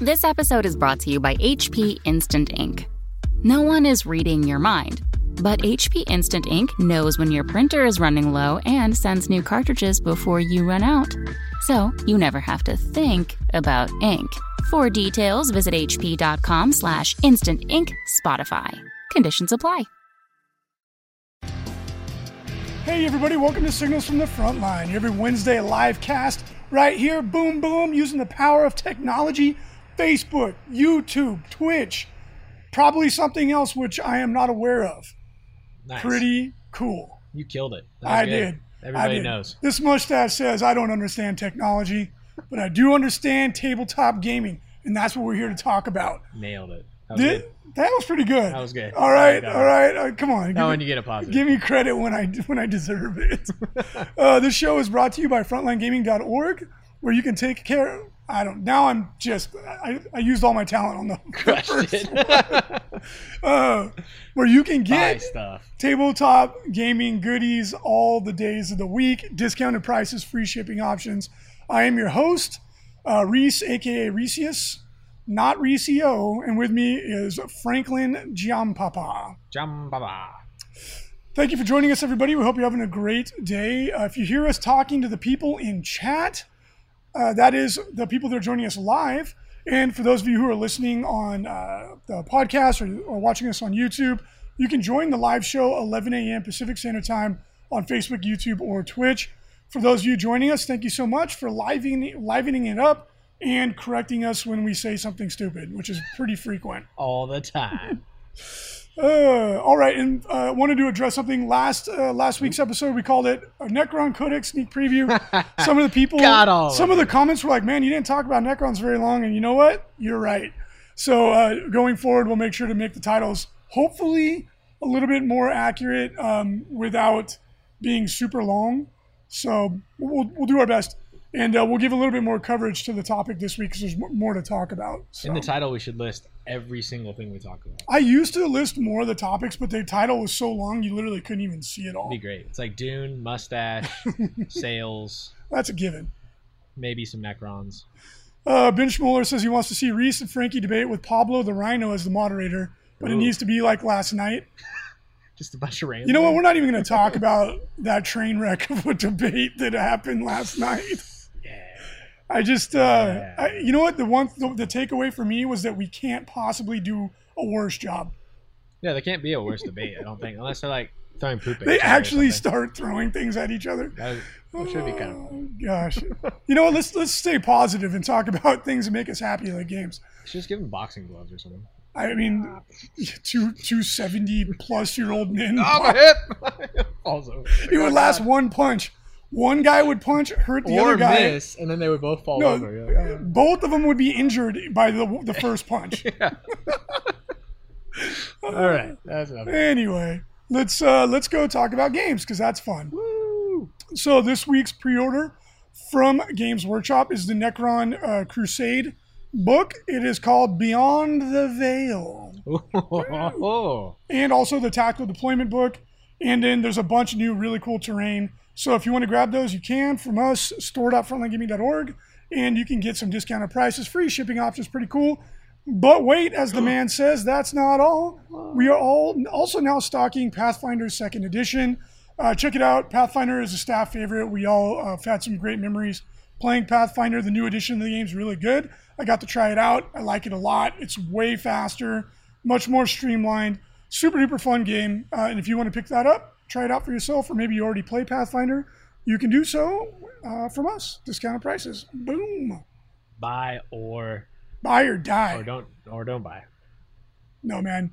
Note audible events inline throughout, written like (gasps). This episode is brought to you by HP Instant Ink. No one is reading your mind, but HP Instant Ink knows when your printer is running low and sends new cartridges before you run out. So you never have to think about ink. For details, visit hp.com slash instant ink Spotify. Conditions apply. Hey, everybody, welcome to Signals from the Frontline, your every Wednesday live cast right here, boom, boom, using the power of technology Facebook, YouTube, Twitch, probably something else which I am not aware of. Nice. Pretty cool. You killed it. That was I good. did. Everybody I did. knows. This mustache says I don't understand technology, but I do understand tabletop gaming, and that's what we're here to talk about. Nailed it. That was Thi- good. that was pretty good. That was good. All right, That all right. Uh, come on. That give one me- you get a positive. Give me credit when I (laughs) when I deserve it. (laughs) uh, this show is brought to you by FrontlineGaming.org, where you can take care. I don't. Now I'm just. I, I used all my talent on the (laughs) Crushed first. it. (laughs) Uh, where you can Buy (laughs) get stuff. tabletop gaming goodies all the days of the week, discounted prices, free shipping options. I am your host, uh, Reese, aka Reeseus, not Reeseo, and with me is Franklin Giampapa. Jambaba. Thank you for joining us, everybody. We hope you're having a great day. Uh, if you hear us talking to the people in chat, uh, that is the people that are joining us live. And for those of you who are listening on uh, the podcast or, or watching us on YouTube, you can join the live show 11 a.m. Pacific Standard Time on Facebook, YouTube, or Twitch. For those of you joining us, thank you so much for livening, livening it up and correcting us when we say something stupid, which is pretty frequent. All the time. Uh, all right, and uh, wanted to address something last uh, last week's episode. We called it a Necron Codex sneak (laughs) preview. Some of the people, Got all of some of the comments were like, "Man, you didn't talk about Necrons very long," and you know what? You're right. So uh, going forward, we'll make sure to make the titles hopefully a little bit more accurate um, without being super long. So we'll, we'll do our best, and uh, we'll give a little bit more coverage to the topic this week because there's m- more to talk about. So. In the title, we should list every single thing we talk about. I used to list more of the topics, but the title was so long you literally couldn't even see it all. It'd be great. It's like Dune, (laughs) mustache, sales, That's a given. maybe some Necrons. Uh, ben Schmoller says he wants to see Reese and Frankie debate with Pablo the Rhino as the moderator, but it Ooh. needs to be like last night. Just a bunch of random. You know what? We're not even going to talk about that train wreck of a debate that happened last night. Yeah. I just, uh, I, you know what? The one, the, the takeaway for me was that we can't possibly do a worse job. Yeah, there can't be a worse debate, I don't think, unless they're like throwing poop at They each other or actually something. start throwing things at each other. That was- that should be (sighs) kind of fun. Oh, gosh. you know what? Let's let's stay positive and talk (laughs) about things that make us happy, like games. Should just give them boxing gloves or something. I mean, (laughs) two two seventy plus year old (laughs) men. (laughs) Oh, hip! also. it would last one punch. One guy would punch, hurt the other or guy. miss, and then they would both fall No, over. You're like, "Oh." both of them would be injured by the the first (laughs) punch. All right, that's enough. anyway, let's uh, let's go talk about games because that's fun. Woo! (laughs) So this week's pre-order from Games Workshop is the Necron uh, Crusade book. It is called Beyond the Veil. Oh, and also the tactical deployment book. And then there's a bunch of new really cool terrain. So if you want to grab those, you can from us, store.frontlinegaming.org, and you can get some discounted prices, free shipping options, pretty cool. But wait, as the man says, that's not all. We are all also now stocking Pathfinder Second Edition. Uh, check it out. Pathfinder is a staff favorite. We all uh, have had some great memories playing Pathfinder. The new edition of the game is really good. I got to try it out. I like it a lot. It's way faster, much more streamlined, super duper fun game. Uh, and if you want to pick that up, try it out for yourself, or maybe you already play Pathfinder, you can do so uh, from us. Discounted prices. Boom. buy or Buy or die. or don't or don't buy. No, man.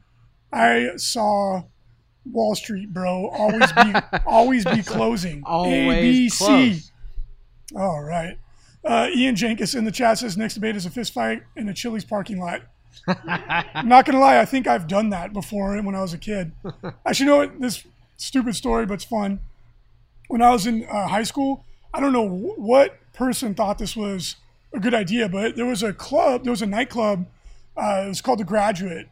I saw Wall Street, bro. Always (laughs) be always be closing. Always close. All right. Uh, Ian Jenkins in the chat says next debate is a fist fight in a Chili's parking lot. I'm not gonna lie, I think I've done that before when I was a kid. Actually, you know what? This stupid story, but it's fun. When I was in uh, high school, I don't know wh- what person thought this was a good idea, but there was a club, there was a nightclub. Uh, it was called The Graduate,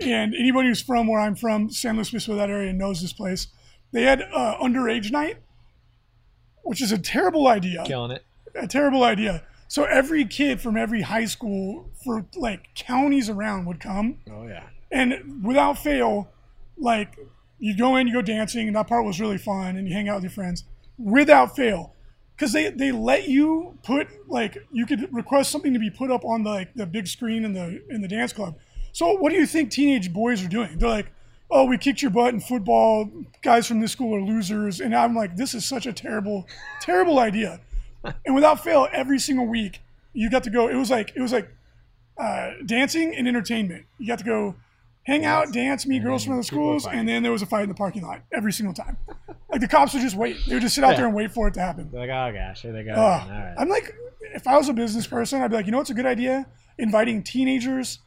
and anybody who's from where I'm from, San Luis Obispo, that area, knows this place. They had uh, underage night, which is a terrible idea Killing it. a terrible idea. So every kid from every high school for like counties around would come, Oh yeah. and without fail, like you go in, you go dancing, and that part was really fun, and you hang out with your friends. Without fail, because they they let you put like you could request something to be put up on the, like the big screen in the in the dance club. So what do you think teenage boys are doing? They're like, oh, we kicked your butt in football. Guys from this school are losers, and I'm like, this is such a terrible, terrible idea. And without fail, every single week you got to go. It was like it was like uh, dancing and entertainment. You got to go hang out, dance, meet girls from other people schools, fight. and then there was a fight in the parking lot every single time. Like the cops would just wait. They would just sit out there and wait for it to happen. They're like, oh gosh, here they go. Ugh. again. All right. I'm like, if I was a business person, I'd be like, you know what's a good idea? Inviting teenagers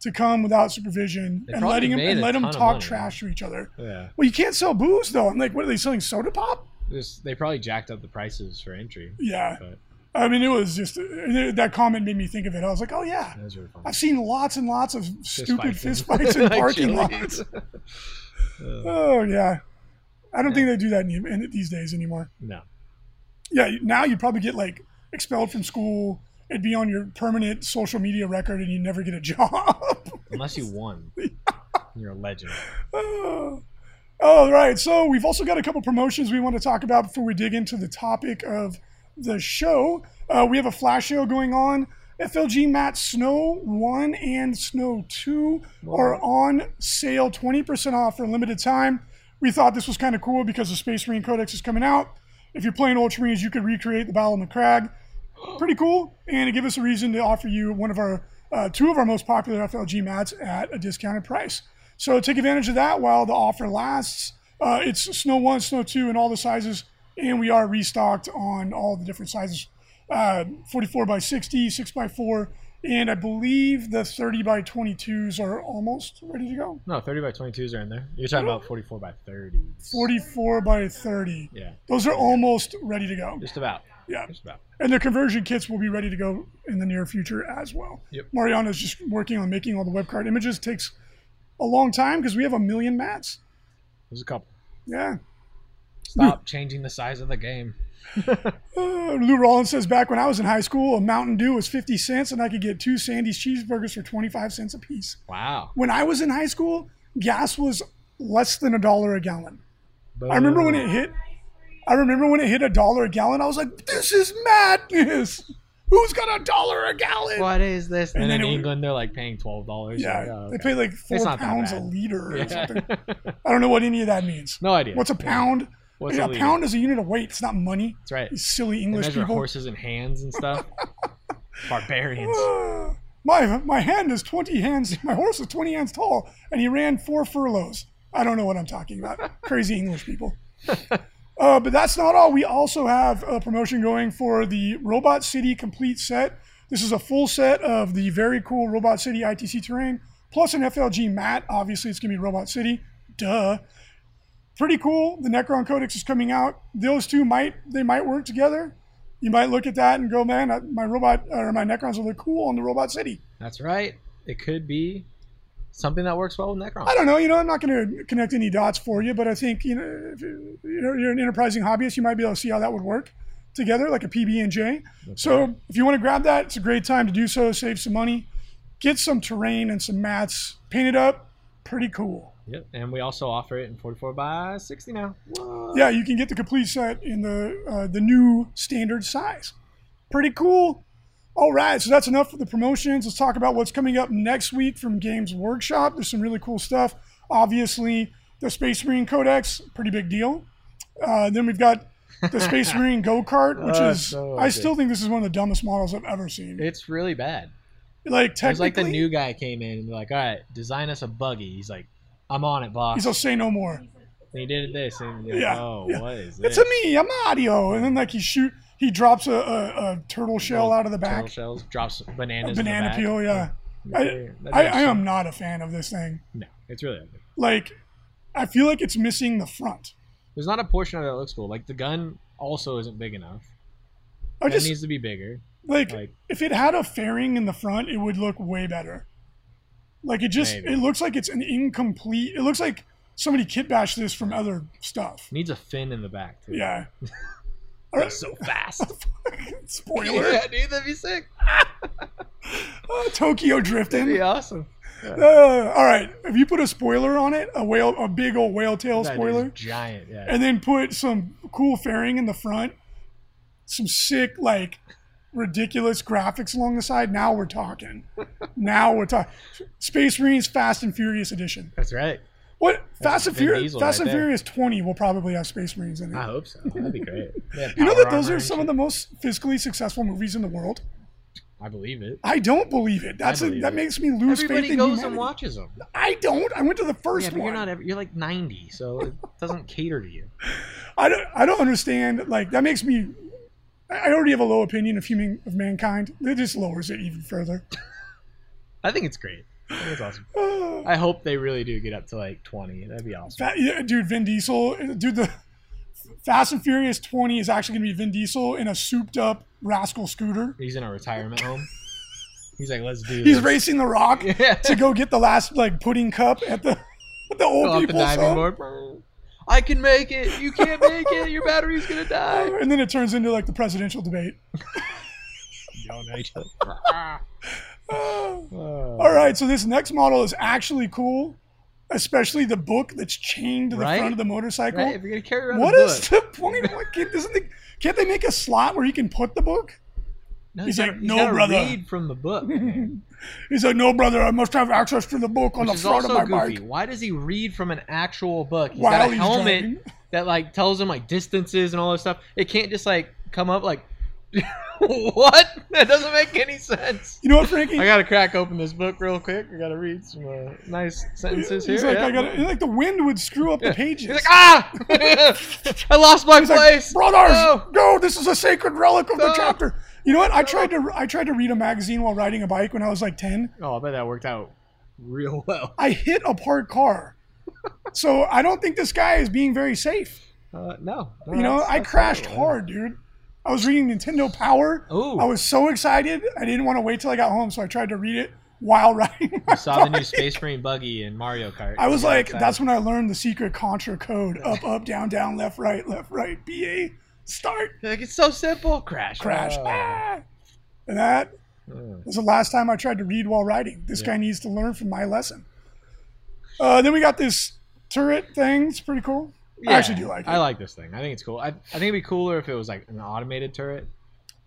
to come without supervision They and probably letting them made and a let them ton of talk money. trash to each other. yeah. Well, you can't sell booze though. I'm like, what are they selling? Soda pop? This, they probably jacked up the prices for entry, Yeah. but I mean, it was just that comment made me think of it. I was like, oh yeah, those were fun. I've seen lots and lots of stupid fights in- fistfights in (laughs) like parking Chili's. lots. Uh, Oh yeah, I don't think they do that any, in, these days anymore. (laughs) no. Yeah, now you'd probably get like expelled from school. It'd be on your permanent social media record, and you'd never get a (laughs) job. Unless you (laughs) won. You're a legend. Oh. All right. So we've also got a couple promotions we want to talk about before we dig into the topic of the show. Uh, we have a flash sale going on. FLG Matt Snow 1 and Snow 2 are on sale 20% off for a limited time. We thought this was kind of cool because the Space Marine Codex is coming out. If you're playing Ultramarines, you could recreate the Battle of the Crag. Pretty cool. And it gives us a reason to offer you one of our uh, two of our most popular FLG mats at a discounted price. So take advantage of that while the offer lasts. Uh, it's Snow 1, Snow 2, and all the sizes. And we are restocked on all the different sizes uh, 44 by 60, 6 by 4, and I believe the 30 by 22s are almost ready to go. No, 30 by 22s are in there. You're talking about 44 by 30s. 44 by 30. Yeah, Those are almost ready to go. just about. Yeah. Just about. And the conversion kits will be ready to go in the near future as well. Yep. Mariana's just working on making all the web card images. Takes a long time because we have a million mats. There's a couple. Yeah. Stop changing the size of the game. Uh, Lou Rollins says back when I was in high school, a Mountain Dew was 50 cents and I could get two Sandy's cheeseburgers for 25 cents a piece. Wow. When I was in high school, gas was less than a dollar a gallon. I remember when it hit. I remember when it hit a dollar a gallon. I was like, "This is madness! (laughs) Who's got a dollar a gallon?" What is this? And, And in then it- England, they're like paying twelve dollars. Yeah, they pay like four It's not that pounds a bad. liter or something. Yeah. I don't know what any of that means. (laughs) no idea. What's a pound? What's Yeah, a illegal? pound is a unit of weight. It's not money. That's right. You silly They English measure people. horses and hands (laughs) and stuff. Barbarians. Uh, (gasps) my my hand is 20 hands (laughs) my horse is 20 hands tall and he ran four furlongs i don't know what i'm talking about crazy english people (laughs) uh, but that's not all we also have a promotion going for the robot city complete set this is a full set of the very cool robot city itc terrain plus an flg mat obviously it's going to be robot city duh pretty cool the necron codex is coming out those two might they might work together you might look at that and go, man, I- my robot or my Necrons will look cool on the Robot City. That's right. It could be something that works well with Necron. I don't know. You know, I'm not going to connect any dots for you, but I think you know, if you- you're, you're an enterprising hobbyist, you might be able to see how that would work together, like a PB and J. So if you want to grab that, it's a great time to do so. Save some money, get some terrain and some mats, paint it up, pretty cool. Yep. And we also offer it in 44 by 60 now. Yeah, you can get the complete set in the uh, the new standard size. Pretty cool. All right, so that's enough for the promotions. Let's talk about what's coming up next week from Games Workshop. There's some really cool stuff. Obviously, the Space Marine Codex, pretty big deal. Uh, then we've got the (laughs) Space Marine Go Kart, which Oh, is so I ugly. still think this is one of the dumbest models I've ever seen. It's really bad. like It was technically, like the new guy came in and like, all right, design us a buggy. He's like, I'm on it, boss. he's a say no more. and he did this. And you're like, Yeah, oh, yeah. what is this? It's a me, I'm Mario, and then like he shoot, he drops a, a, a turtle shell Little out of the Turtle back, shells, drops a bananas. in the banana back. peel, yeah. I- Okay, that I, is- I am not a fan of this thing. No, it's really ugly. Like, I feel like it's missing the front. There's not a portion of it that looks cool. Like the gun also isn't big enough. I It just needs to be bigger. like, Like if it had a fairing in the front, it would look way better. Like it just Maybe. it looks like it's an incomplete. It looks like somebody kitbashed this from other stuff. needs a fin in the back too. Yeah. Alright. so fast. (laughs) Spoiler. (laughs) yeah, dude, that'd be sick. Uh, Tokyo drifting. That'd be awesome. Uh, all right. If you put a spoiler on it, a whale, a big old whale tail That dude's spoiler, Giant, yeah. and then put some cool fairing in the front, some sick like ridiculous graphics along the side. Now we're (laughs) talking. now we're talking. Space Marines Fast and Furious edition. That's right. What Fast That's and Vin Furious? Diesel Fast right and there. Furious 20 will probably have Space Marines in it. I hope so. That'd be great. Yeah, (laughs) you know power that those armor are and some of the most fiscally successful movies in the world. shit. I believe it. I don't believe it. That's a, believe that it. makes me lose faith Everybody in goes humanity. and watches them. I don't. I went to the yeah, first but one. you're not. Ever, you're like 90, so it doesn't cater to you. I don't I don't understand like that makes me I I already have a low opinion of human of mankind. It just lowers it even further. (sighs) I think it's great. I think it's awesome. Uh, I hope they really do get up to like 20. That'd be awesome. Fa- yeah, dude, Vin Diesel, dude, the Fast and Furious 20 is actually gonna be Vin Diesel in a souped up rascal scooter. He's in a retirement home. He's like, let's (laughs) do. He's this. racing the rock (laughs) Yeah. to go get the last like pudding cup at the (laughs) at the old Go off the people's diving home. board. I can make it. You can't make it. Your battery's gonna die. And then it turns into like the presidential debate. (sighs) Yelling at each (laughs) other. Uh, Oh. All right, so this next model is actually cool, especially the book that's chained to the Right? front of the motorcycle. Right, if you're gonna carry around What a is book, the point? What can, doesn't they, can't they make a slot where you can put the book? no, He's you gotta- like, you "No, gotta brother." Read from (laughs) the book. man. He's like, no, brother, I must have access to the book on Which the is front of also my goofy. bike. Why does he read from an actual book? He's While got a he's helmet driving. that like tells him like distances and all this stuff. It can't just like come up like, (laughs) what? That doesn't make any sense. You know what, Frankie? I gotta crack open this book real quick. I gotta read some uh, nice sentences He's here. like, yeah. I got like the wind would screw up the pages. He's like, ah! (laughs) I lost my He's like, place. brothers, No. no, this is a sacred relic of the No. chapter. You know what? I tried to I tried to read a magazine while riding a bike when I was like ten. Oh, I bet that worked out real well. I hit a parked car. so I don't think this guy is being very safe. Uh, no, no, you know, that's- I that's crashed not it. hard, dude. I was reading Nintendo Power. Ooh. I was so excited. I didn't want to wait till I got home, so I tried to read it while (laughs) riding. my I saw the (laughs) new bike. Space Marine buggy in Mario Kart. I was Yeah, like, excited. that's when I learned the secret Contra code: up, up, down, down, left, right, left, right, BA, start, You're like it's so simple. Crash. crash. Oh. Ah. And that Mm. was the last time I tried to read while riding. This Yeah. guy needs to learn from my lesson. Uh, then we got this turret thing. It's pretty cool. I actually do like it. I like this thing. I think it's cool. I, I think it'd be cooler if it was like an automated turret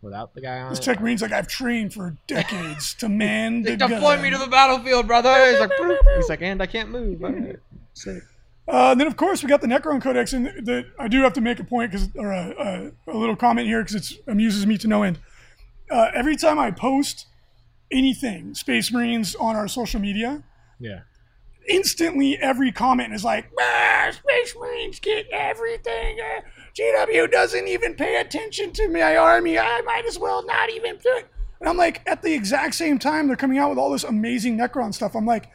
without the guy on This it. tech marine's like I've trained for decades (laughs) to man the Like, deploy gun." me to the battlefield, brother. He's like, (laughs) "Bloop." he's like, and I can't move. All right. Sick. Uh, and then, of course, we got the Necron Codex, and the, I do have to make a point because, or a, a, a little comment here because it amuses me to no end. Uh, every time I post anything Space Marines on our social media, Yeah. instantly every comment is like, ah, Space Marines get everything. Ah, GW doesn't even pay attention to my army. I might as well not even do it. And I'm like, at the exact same time, they're coming out with all this amazing Necron stuff. I'm like,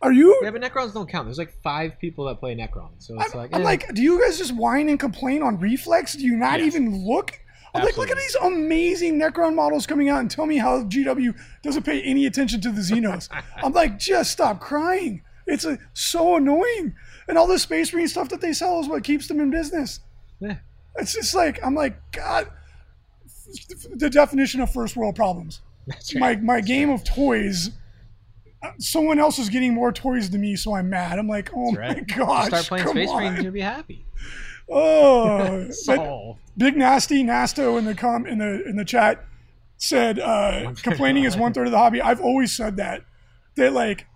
are you Yeah, but Necrons don't count. There's like five people that play Necron, so it's I'm, like, I'm eh. like, do you guys just whine and complain on reflex? Do you not Yes. even look? I'm like, look at Absolutely. these amazing Necron models coming out and tell me how GW doesn't pay any attention to the (laughs) Xenos. I'm like, just stop crying. It's uh so annoying. And all this Space Marine stuff that they sell is what keeps them in business. Yeah. It's just like, I'm like, God, the definition of first world problems. (laughs) That's My, right. my game of toys, uh, someone else is getting more toys than me, so I'm mad. I'm like, oh That's right. my gosh. Start playing come Space Marines, on. you'll be happy. (laughs) Oh, but Solved. big nasty Nasto in the com in the in the chat (laughs) Oh said uh, complaining is one third of the hobby. I've always said that that like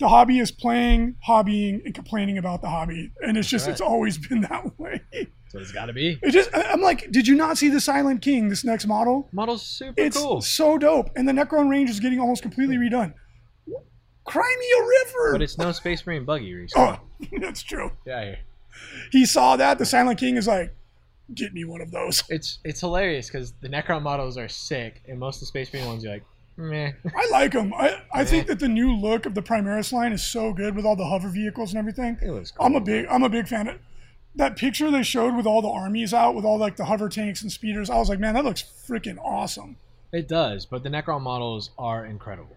the hobby is playing, hobbying, and complaining about the hobby, and it's just right. it's always been (laughs) that way. So it's got to be. It just I- I'm like, did you not see the Silent King? This next model, Model's super it's cool. so dope, and the Necron range is getting almost completely redone. Cry me a river. But it's no Space Marine buggy race. oh, (laughs) that's true. Yeah, yeah. He saw that the Silent King is like, get me one of those. It's it's hilarious because the Necron models are sick, and most of the Space Marine ones you're like, (laughs) meh. I like them. I, I think Yeah. that the new look of the Primaris line is so good with all the hover vehicles and everything. It looks cool. I'm a big I'm a big fan of that picture they showed with all the armies out with all like the hover tanks and speeders. I was like, man, that looks freaking awesome. It does, but the Necron models are incredible.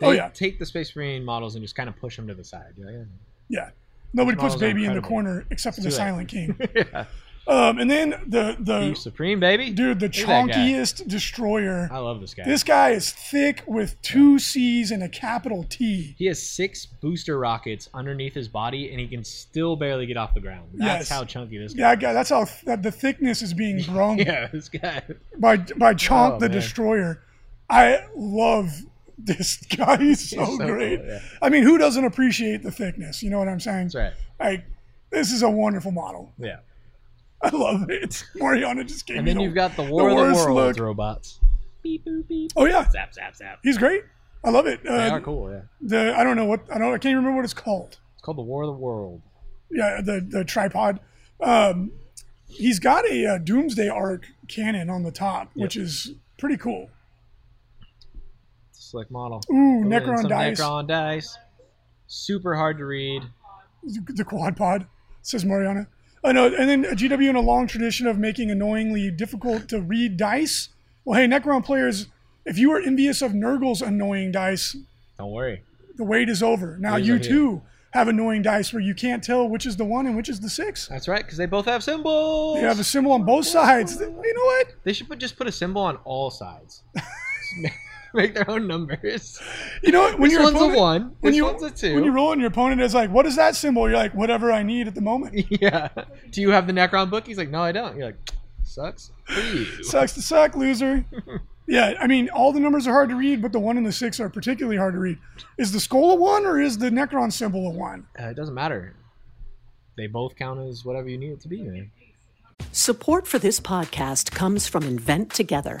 They Oh, yeah. take the Space Marine models and just kind of push them to the side. You're like, Yeah. Nobody Those puts models are baby in the incredible. corner except for the Let's do it. (laughs) Silent King. "Eh." yeah. Um, and then the Beef the Supreme, baby. dude, the Look at that guy. Oh, chonkiest destroyer. I love this guy. This guy is thick with two C's and a capital T. He has six booster rockets underneath his body, and he can still barely get off the ground. Yes. That's how chunky this guy. (laughs) That guy, that's how that the thickness is being grown Yeah, this guy. by by Chonk Oh, the man. Destroyer. I love this (laughs) guy. He's so, so cool, Oh, great. yeah. I mean, who doesn't appreciate the thickness? You know what I'm saying? That's right. Like, this is a wonderful model. (laughs) Yeah. I love it. (laughs) Mariana just gave And me then the- you've got the War of the worst Worlds look. robots. Beep boop beep. Oh yeah, Zap zap zap. he's great. I love it. They Uh, are cool. Yeah. the I don't know what I don't I can't remember what it's called. It's called the War of the World. Yeah, the the tripod. Um, he's got a, uh Doomsday arc cannon on the top, which is pretty cool. Slick model. Ooh, Throw in Necron Oh, some dice, Necron dice. Super hard to read. the quad pod says Mariana. I know, and then GW in a long tradition of making annoyingly difficult to read dice. Well, hey, Necron players, if you are envious of Nurgle's annoying dice, Don't worry. the wait is over. Now Wait is you over here. too have annoying dice where you can't tell which is the one and which is the six. That's right, because they both have symbols. They have a symbol on both sides. You know what? They should put, just put a symbol on (laughs) all sides. (laughs) Make their own numbers. You know what? When this your one's opponent- a one. when This you- one's a two. When you roll and your opponent is like, "What is that symbol?" You're like, "Whatever I need at the moment." (laughs) yeah. Do you have the Necron book? He's like, no, I don't. You're like, sucks. for you." (laughs) Sucks to suck, loser. (laughs) Yeah, I mean, all the numbers are hard to read, but the one and the six are particularly hard to read. Is the skull a one or is the Necron symbol a one? Uh, it doesn't matter. They both count as whatever you need it to be, man. Support for this podcast comes from Invent Together.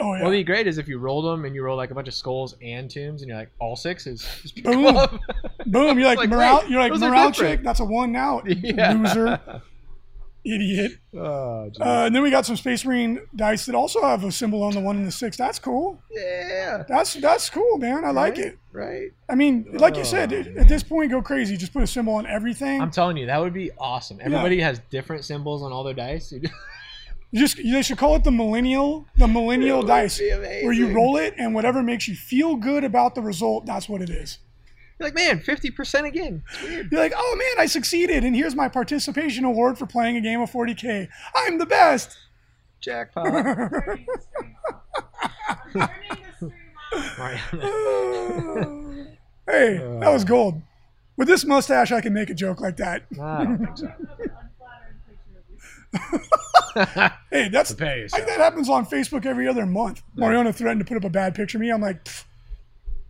Oh yeah. What would be great is if you rolled them and you roll like a bunch of skulls and tombs, and you're like, all six is just pick 'em (laughs) Boom. (laughs) up. Boom! (laughs) You're like, Like, morale. wait, you're like those are morale different." check. That's a one now, (laughs) Yeah. loser, (laughs) idiot. oh, geez. Uh, and then we got some Space Marine dice that also have a symbol on the one and the six. That's cool. yeah. That's that's cool, man. I like Right? it. Right. I mean, like you Oh, said, dude, man. at this point, go crazy. Just put a symbol on everything. I'm telling you, that would be awesome. Everybody has different symbols on all their dice. (laughs) It You just they should call it the millennial, the millennial would dice, be where you amazing. roll it and whatever makes you feel good about the result, that's what it is. You're like, man, 50% again. It's weird. You're like, oh man, I succeeded, and here's my participation award for playing a game of 40k. I'm the (laughs) best. (laughs) Jackpot. (laughs) Mariana. hey, that Uh. was gold. With this mustache, I can make a joke like that. I don't think so. Hey, that's Prepare I, yourself. that happens on Facebook every other month. Mariana threatened to put up a bad picture of me. I'm like, "Pfft,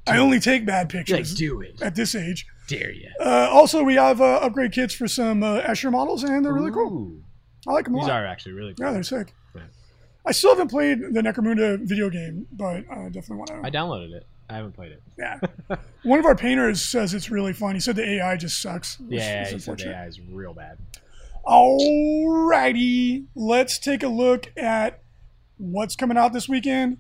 I only take bad You're like, pictures do it. at this age. Dare you. Uh, also, we have uh, upgrade kits for some uh, Escher models, and they're really cool. I like them a These lot. are actually really cool. Yeah, they're sick. Yeah. I still haven't played the Necromunda video game, but I definitely want to. I downloaded it. I haven't played it. (laughs) (laughs) Yeah. One of our painters says it's really fun. He said the AI just sucks. which Yeah, is he said the unfortunate. AI is real bad. Alrighty, let's take a look at what's coming out this weekend.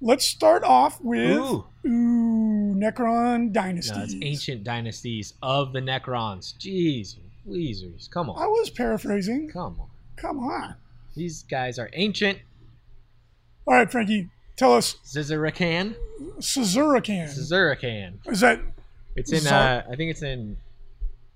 Let's start off with Ooh. Ooh, Necron Dynasty. No, it's ancient dynasties of the Necrons. Jeez, Weezers. Come I on. was paraphrasing. Come on. Come on. These guys are ancient. All right, Frankie, tell us Zizurakan. Sazurakan. Zizurakan. Is that It's in, Zar- uh, I think it's in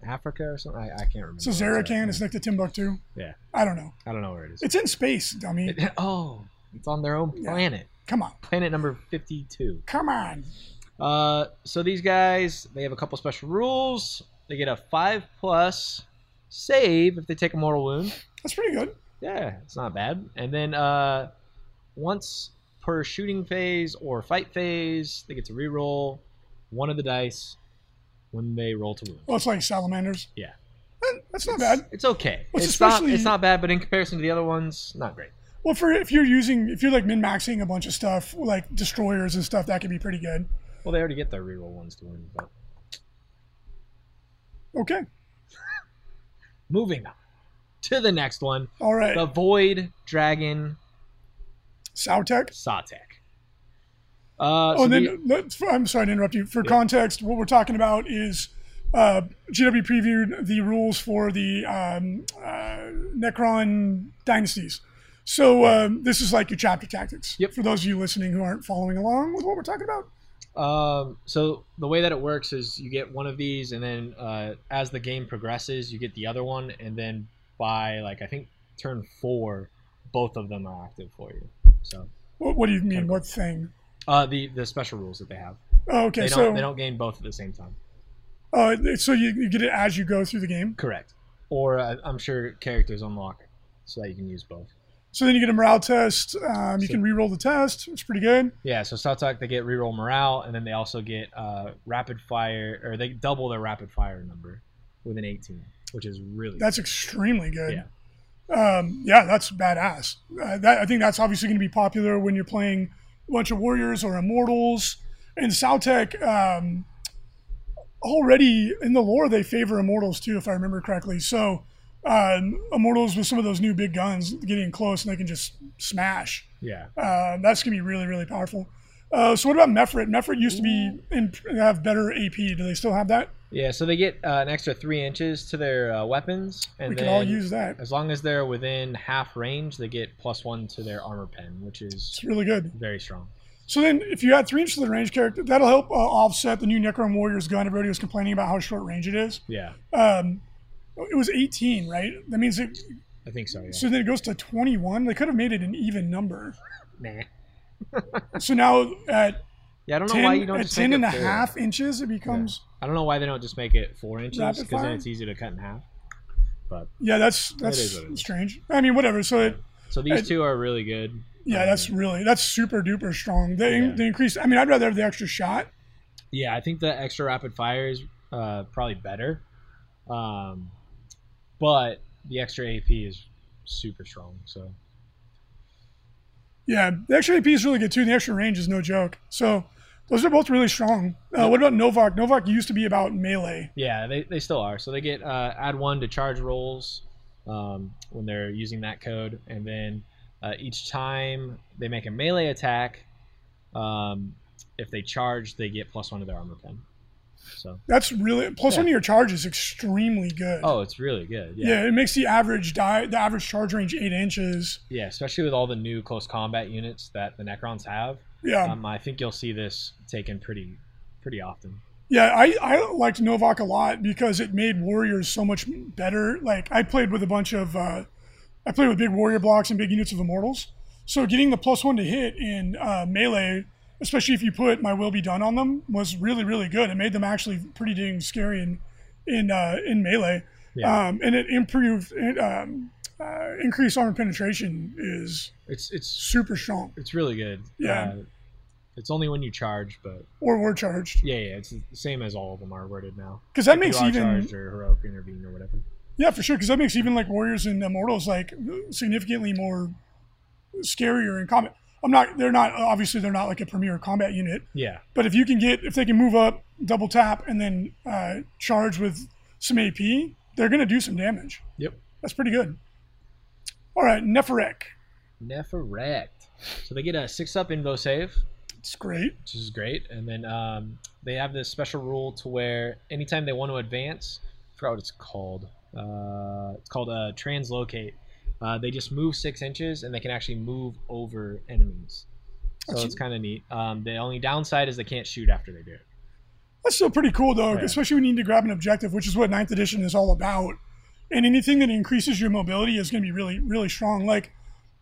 africa or something. I, I can't remember. Sazarakan? It's next to Timbuktu. Yeah. I don't know. I don't know where it is. It's in space, dummy. It- (laughs) oh, it's on their own planet. Come on. Planet number 52. Come on. Uh, so these guys, they have a couple special rules. They get a five plus save if they take a mortal wound. That's pretty good. Yeah, it's not bad. And then uh, once per shooting phase or fight phase. They get to reroll one of the dice when they roll to wound. Well, it's like salamanders. Yeah. Eh, That's not bad. It's okay. Well, it's it's not especially- it's not bad, but in comparison to the other ones, not great. Well, for if you're using, if you're like min maxing a bunch of stuff, like destroyers and stuff, that could be pretty good. Well, they already get their reroll ones to win. But Okay. moving on to the next one, All right. the Void Dragon Sautek. Sawtek. Uh, Oh, so and the- then let's, I'm sorry to interrupt you. For context, what we're talking about is uh, GW previewed the rules for the um, uh, Necron dynasties. So um, this is like your chapter tactics. Yep. For those of you listening who aren't following along with what we're talking about. Um, so the way that it works is you get one of these, and then uh, as the game progresses, you get the other one, and then by like I think turn four, both of them are active for you. So What, what do you mean? What thing? uh, the the special rules that they have, Oh, okay. they don't so they don't gain both at the same time. Uh, so you, you get it as you go through the game. Correct. Or uh, I'm sure characters unlock so that you can use both. So then you get a morale test. Um, you So- can re-roll the test. It's pretty good. Yeah, so Sotok they get reroll morale, and then they also get uh, rapid fire, or they double their rapid fire number with an 18, which is really That's extremely good. yeah. Um, yeah, that's badass. Uh, that, I think that's obviously going to be popular when you're playing a bunch of warriors or immortals. And Sautek, um, already in the lore, they favor immortals too, if I remember correctly. So um, immortals with some of those new big guns getting close and they can just smash. Yeah. Uh, that's going to be really, really powerful. Uh, so what about Mefrit? Mefrit used to be in, have better AP. Do they still have that? Yeah, so they get uh, an extra three inches to their uh, weapons, and we then can all use that. as long as they're within half range, they get plus one to their armor pen, which is It's really good. very strong. So then, if you add three inches to the range character, that'll help uh, offset the new Necron Warrior's gun. Everybody was complaining about how short range it is. Yeah, Um, it was 18, right? That means it. I think so. Yeah. So then it goes to 21. They could have made it an even number. Nah. So now at Yeah, I don't know 10, why you don't at just make 10 and it a four. half inches, it becomes. I don't know why they don't just make it four inches Rapid because then fire? it's easy to cut in half. But Yeah, that's that's is what it is. strange. I mean, whatever. So it, so these And- two are really good. yeah, Um, that's really that's super duper strong. They Yeah. they increased. I mean, I'd rather have the extra shot. Yeah, I think the extra rapid fire is uh, probably better, um, but the extra AP is super strong. So Yeah, the extra AP is really good too. And the extra range is no joke. So those are both really strong. Uh, what about Novak? Novak used to be about melee. Yeah, they, they still are. So they get uh, add one to charge rolls um, when they're using that code, and then uh, each time they make a melee attack, um, if they charge, they get plus one to their armor pen. So That's really plus one of your charge is extremely good. oh, it's really good. Yeah, yeah. it makes the average die the average charge range eight inches. yeah. Especially with all the new close combat units that the Necrons have, Yeah, um, I think you'll see this taken pretty pretty often. yeah. I I liked Novak a lot because it made warriors so much better. Like I played with a bunch of uh, I played with big warrior blocks and big units of immortals. So getting the plus one to hit in uh, melee, especially if you put my will be done on them, was really really good. It made them actually pretty dang scary in in uh, in melee. Yeah, Um, and it improved it, um, uh, increased armor penetration is it's it's super strong it's really good. Yeah. Uh, it's only when you charge, but or were charged yeah, yeah, it's the same as all of them are worded now. because that If makes you are even charged or heroic intervene or whatever. yeah for sure because that makes even like warriors and immortals like significantly more scarier in combat i'm not they're not obviously they're not like a premier combat unit Yeah, but if you can get if they can move up double tap and then uh, charge with some ap they're going to do some damage Yep. that's pretty good all right neferek Neferect. So they get a six up invo save, it's great which is great, and then um, they have this special rule to where anytime they want to advance, I forgot what it's called. Uh, it's called uh, translocate. Uh, they just move six inches and they can actually move over enemies. So That's- it's kind of neat. Um, the only downside is they can't shoot after they do it. That's still pretty cool, though, Yeah. especially when you need to grab an objective, which is what Ninth Edition is all about. And anything that increases your mobility is going to be really, really strong. Like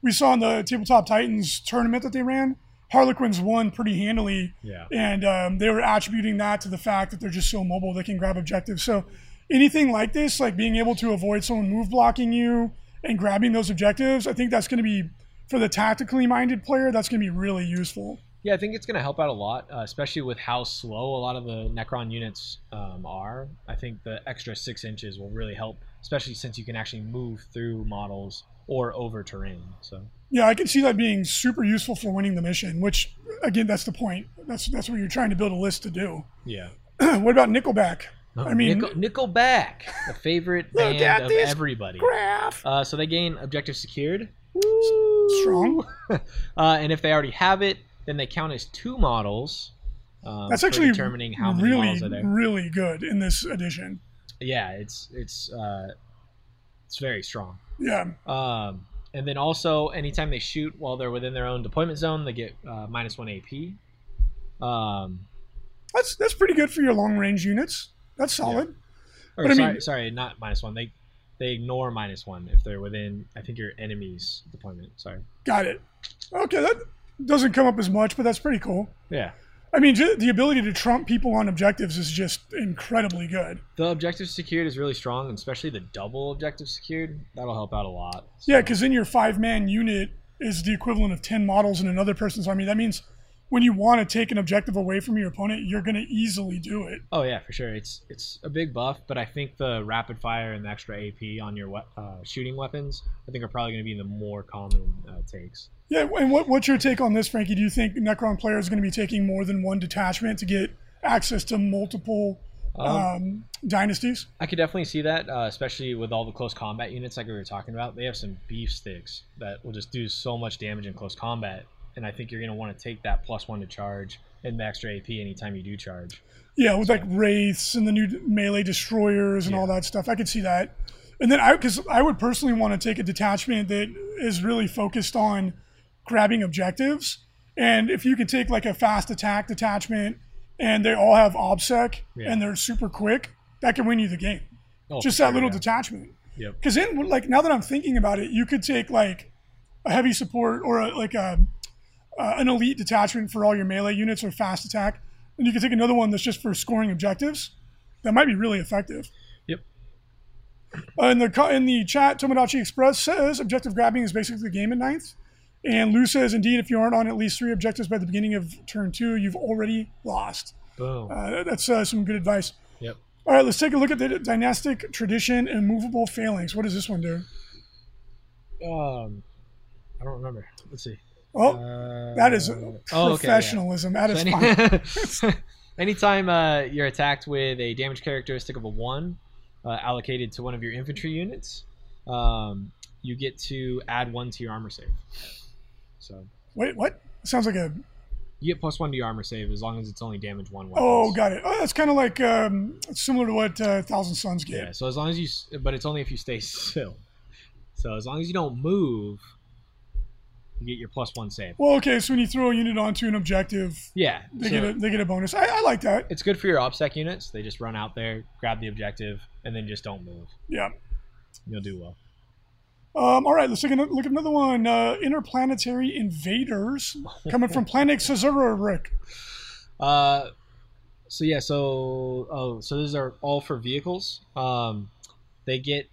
we saw in the Tabletop Titans tournament that they ran, Harlequins won pretty handily, Yeah. and um, they were attributing that to the fact that they're just so mobile they can grab objectives. So anything like this, like being able to avoid someone move blocking you and grabbing those objectives, I think that's going to be for the tactically minded player, that's going to be really useful. Yeah, I think it's going to help out a lot, uh, especially with how slow a lot of the Necron units um, are. I think the extra six inches will really help, especially since you can actually move through models or over terrain. So Yeah, I can see that being super useful for winning the mission, which, again, that's the point. That's, that's what you're trying to build a list to do. (clears throat) yeah, what about Nickelback? I mean, Oh, Nickel, Nickelback, the favorite (laughs) Look at band of this everybody. graph. Uh, so they gain objective secured. Strong. (laughs) uh, and if they already have it, then they count as two models. Um, That's for actually determining how many really, models are there. really good in this edition. Yeah, it's it's uh, it's very strong. Yeah, Um, and then also, anytime they shoot while they're within their own deployment zone, they get uh, minus one AP. Um, that's that's pretty good for your long range units. That's solid. or But I sorry, mean- sorry, not minus one. They they ignore minus one if they're within. I think your enemy's deployment. Sorry. Got it. Okay, that doesn't come up as much, but that's pretty cool. Yeah. I mean, ju- the ability to trump people on objectives is just incredibly good. The objective secured is really strong, and especially the double objective secured. That'll help out a lot. Yeah, because then your five man unit is the equivalent of 10 models in another person's army. That means when you want to take an objective away from your opponent, you're going to easily do it. Oh yeah, for sure. It's it's a big buff, but I think the rapid fire and the extra AP on your we- uh, shooting weapons, I think, are probably going to be the more common uh, takes. Yeah, and what, what's your take on this, Frankie? Do you think Necron players are going to be taking more than one detachment to get access to multiple um, dynasties? I could definitely see that, uh, especially with all the close combat units like we were talking about. They have some beef sticks that will just do so much damage in close combat, and I think you're going to want to take that plus one to charge and the extra AP anytime you do charge. Yeah, with like wraiths and the new melee destroyers and all that stuff. I could see that. And then I, because I would personally want to take a detachment that is really focused on grabbing objectives. And if you can take like a fast attack detachment and they all have OBSEC Yeah. and they're super quick, that can win you the game. Oh, Just for that sure, little yeah. detachment. Yep. Because then, like now that I'm thinking about it, you could take like a heavy support or a, like a uh, an elite detachment for all your melee units or fast attack, and you could take another one that's just for scoring objectives. That might be really effective. Yep. Uh, in the co- in the chat, Tomodachi Express says objective grabbing is basically the game at ninth. And Lou says, indeed, if you aren't on at least three objectives by the beginning of turn two, you've already lost. Boom. Uh, that's uh, some good advice. Yep. All right, let's take a look at the dynastic tradition and movable phalanx. What does this one do? Um, I don't remember. Let's see. Oh, Uh, that (laughs) is oh, okay, yeah. professionalism at its So finest. (laughs) any- anytime uh, you're attacked with a damage characteristic of a one uh, allocated to one of your infantry units, um, you get to add one to your armor save. So Wait, what? Sounds like a. you get plus one to your armor save as long as it's only damage one. Weapons. Oh, got it. Oh, that's kind of like um, similar to what uh, Thousand Suns gave. Yeah. So as long as you, s- but it's only if you stay (laughs) still. So as long as you don't move, you get your plus one save. Well, okay, so when you throw a unit onto an objective, Yeah. they so- get a they get a bonus. I, I like that. it's good for your OPSEC units. They just run out there, grab the objective, and then just don't move. Yeah. You'll do well. Um, all right, let's take a look at another one. Uh, interplanetary invaders coming (laughs) from Planet Caesauric. Uh, so yeah, so oh, so these are all for vehicles. Um, they get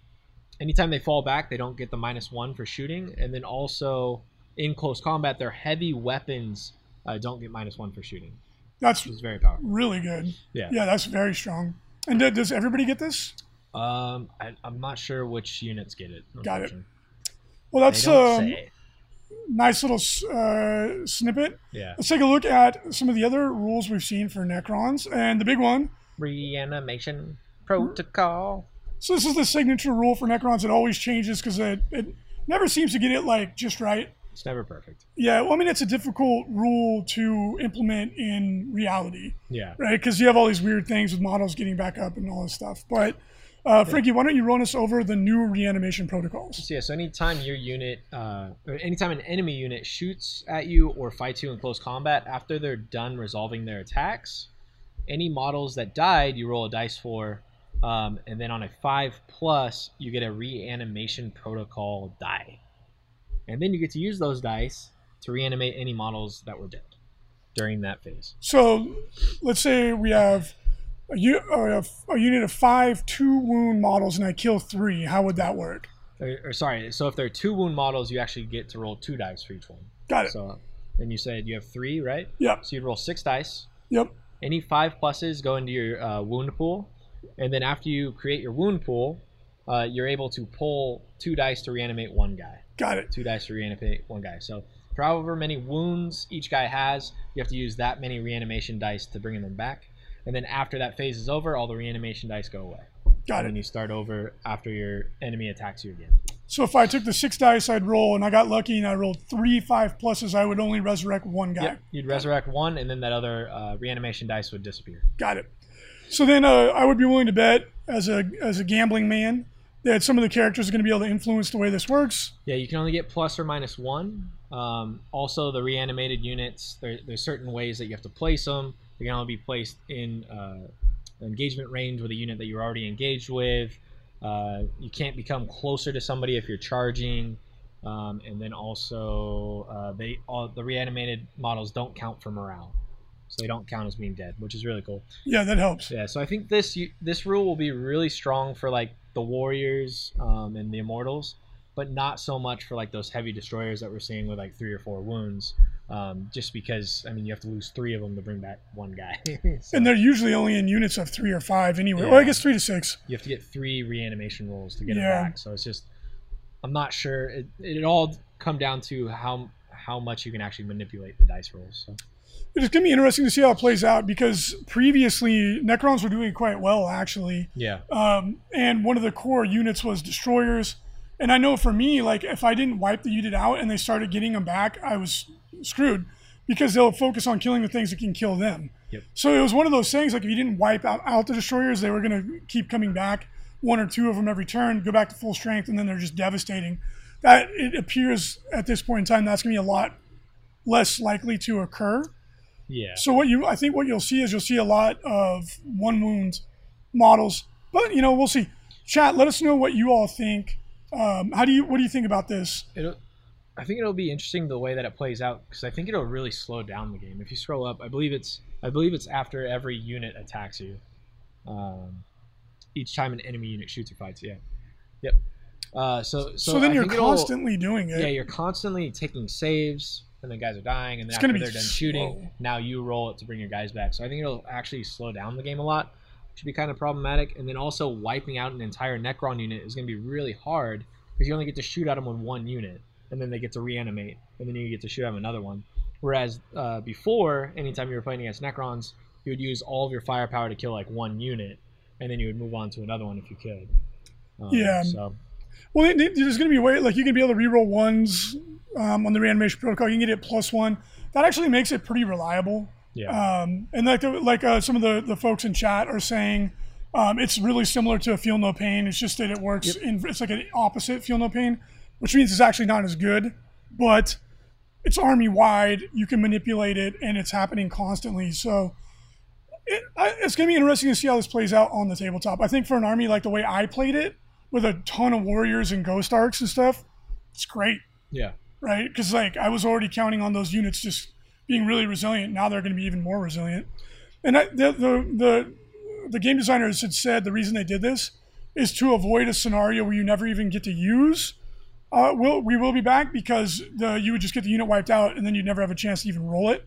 anytime they fall back, they don't get the minus one for shooting, and then also in close combat, their heavy weapons uh, don't get minus one for shooting, That's which is very powerful. really good. Yeah. Yeah, that's very strong. And d- does everybody get this? Um, I, I'm not sure which units get it. Got it. unfortunately. Well, They that's don't um, say. nice little s- uh, snippet. Yeah. Let's take a look at some of the other rules we've seen for Necrons. And the big one Reanimation protocol. so, this is the signature rule for Necrons. It always changes because it, it never seems to get it like just right. It's never perfect. Yeah, well, I mean, it's a difficult rule to implement in reality, Yeah. right? Because you have all these weird things with models getting back up and all this stuff. But, uh, Frankie, why don't you run us over the new reanimation protocols? So yeah, so anytime your unit, uh, or anytime an enemy unit shoots at you or fights you in close combat, after they're done resolving their attacks, any models that died, you roll a dice for, um, and then on a five plus, you get a reanimation protocol die, and then you get to use those dice to reanimate any models that were dead during that phase. So, let's say we have a, u- uh, a unit of five two wound models and I kill three. How would that work? or, or sorry, so if there are two wound models, you actually get to roll two dice for each one. Got it. So, and you said you have three, right? Yep. So you'd roll six dice. Yep. Any five pluses go into your uh, wound pool, and then after you create your wound pool, uh, you're able to pull two dice to reanimate one guy. Got it. Two dice to reanimate one guy. So for however many wounds each guy has, you have to use that many reanimation dice to bring them back. And then after that phase is over, all the reanimation dice go away. Got And then it. you start over after your enemy attacks you again. So if I took the six dice, I'd roll, and I got lucky, and I rolled three five pluses. I would only resurrect one guy. Yep. You'd resurrect one, and then that other uh, reanimation dice would disappear. Got it. So then uh, I would be willing to bet, as a as a gambling man, that some of the characters are going to be able to influence the way this works. Yeah, you can only get plus or minus one. Um, also, the reanimated units, there, there's certain ways that you have to place them. They can only be placed in uh, engagement range with a unit that you're already engaged with. Uh, you can't become closer to somebody if you're charging. Um, and then also, uh, they all the reanimated models don't count for morale, so they don't count as being dead, which is really cool. Yeah, that helps. Yeah, so I think this you, this rule will be really strong for like the warriors um, and the immortals, but not so much for like those heavy destroyers that we're seeing with like three or four wounds. Um, just because I mean you have to lose three of them to bring back one guy, (laughs) So And they're usually only in units of three or five anyway. Or I Yeah. guess three to six. you have to get three reanimation rolls to get him Yeah. back. So it's just I'm not sure. It it all come down to how how much you can actually manipulate the dice rolls. So. It's going to be interesting to see how it plays out because previously Necrons were doing quite well actually. Yeah, Um, and one of the core units was destroyers. And I know for me, like if I didn't wipe the unit out and they started getting them back, I was screwed because they'll focus on killing the things that can kill them. Yep. So it was one of those things like if you didn't wipe out, out the destroyers, they were going to keep coming back, one or two of them every turn, go back to full strength, and then they're just devastating. That it appears at this point in time that's going to be a lot less likely to occur. yeah. So what you, I think what you'll see is you'll see a lot of one wound models, but you know we'll see. Chat, let us know what you all think. Um, how do you, what do you think about this? It'll, I think it'll be interesting the way that it plays out because I think it'll really slow down the game. If you scroll up, I believe it's I believe it's after every unit attacks you, um, each time an enemy unit shoots or fights. Yeah, yep. Uh, so, so So, then I you're think it'll- constantly doing it. yeah you're constantly taking saves and then guys are dying and then It's after gonna be they're done shooting slow. now you roll it to bring your guys back. So I think it'll actually slow down the game a lot, which would be kind of problematic. And then also wiping out an entire Necron unit is going to be really hard because you only get to shoot at them with one unit, and then they get to reanimate, and then you get to shoot at 'em another one. Whereas uh, before, anytime you were playing against Necrons, you would use all of your firepower to kill like one unit, and then you would move on to another one if you could. Um, Yeah. So Well, they- they- there's going to be a way like you can be able to reroll ones um, on the reanimation protocol. You can get it plus one. That actually makes it pretty reliable. yeah. Um, and like the, like uh, some of the, the folks in chat are saying, um, it's really similar to a feel no pain. It's just that it works in it's like an opposite feel no pain, which means it's actually not as good, but it's army wide. You can manipulate it, and it's happening constantly. So it, I, it's going to be interesting to see how this plays out on the tabletop. I think for an army like the way I played it, with a ton of warriors and ghost arcs and stuff, it's great yeah. right? Because like I was already counting on those units just being really resilient. Now they're going to be even more resilient. And I, the, the the the game designers had said the reason they did this is to avoid a scenario where you never even get to use. Uh, we'll, we will be back because the, you would just get the unit wiped out and then you'd never have a chance to even roll it.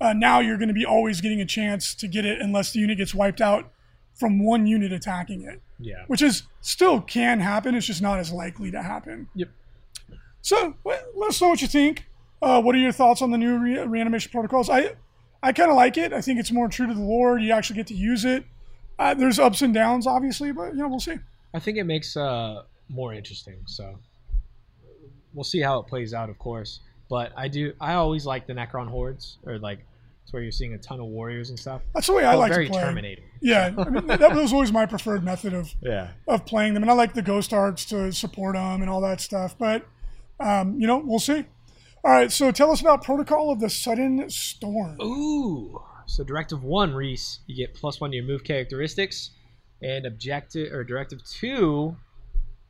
Uh, now you're going to be always getting a chance to get it unless the unit gets wiped out from one unit attacking it Yeah. which is still can happen. It's just not as likely to happen. Yep. So well, let us know what you think. Uh, what are your thoughts on the new re- reanimation protocols? I I kind of like it. I think it's more true to the lore. You actually get to use it. Uh, there's ups and downs, obviously, but you know we'll see. I think it makes uh more interesting. So we'll see how it plays out, of course. But I do. I always like the Necron hordes, or like it's where you're seeing a ton of warriors and stuff. That's the way I Felt like Oh, very to play. Terminator. Yeah, I (laughs) mean, that was always my preferred method of Yeah. of playing them, and I like the ghost arts to support them and all that stuff. But um, you know, we'll see. All right, so tell us about Protocol of the Sudden Storm. Ooh. So directive one, Reese, you get plus one to your move characteristics, and objective or directive two,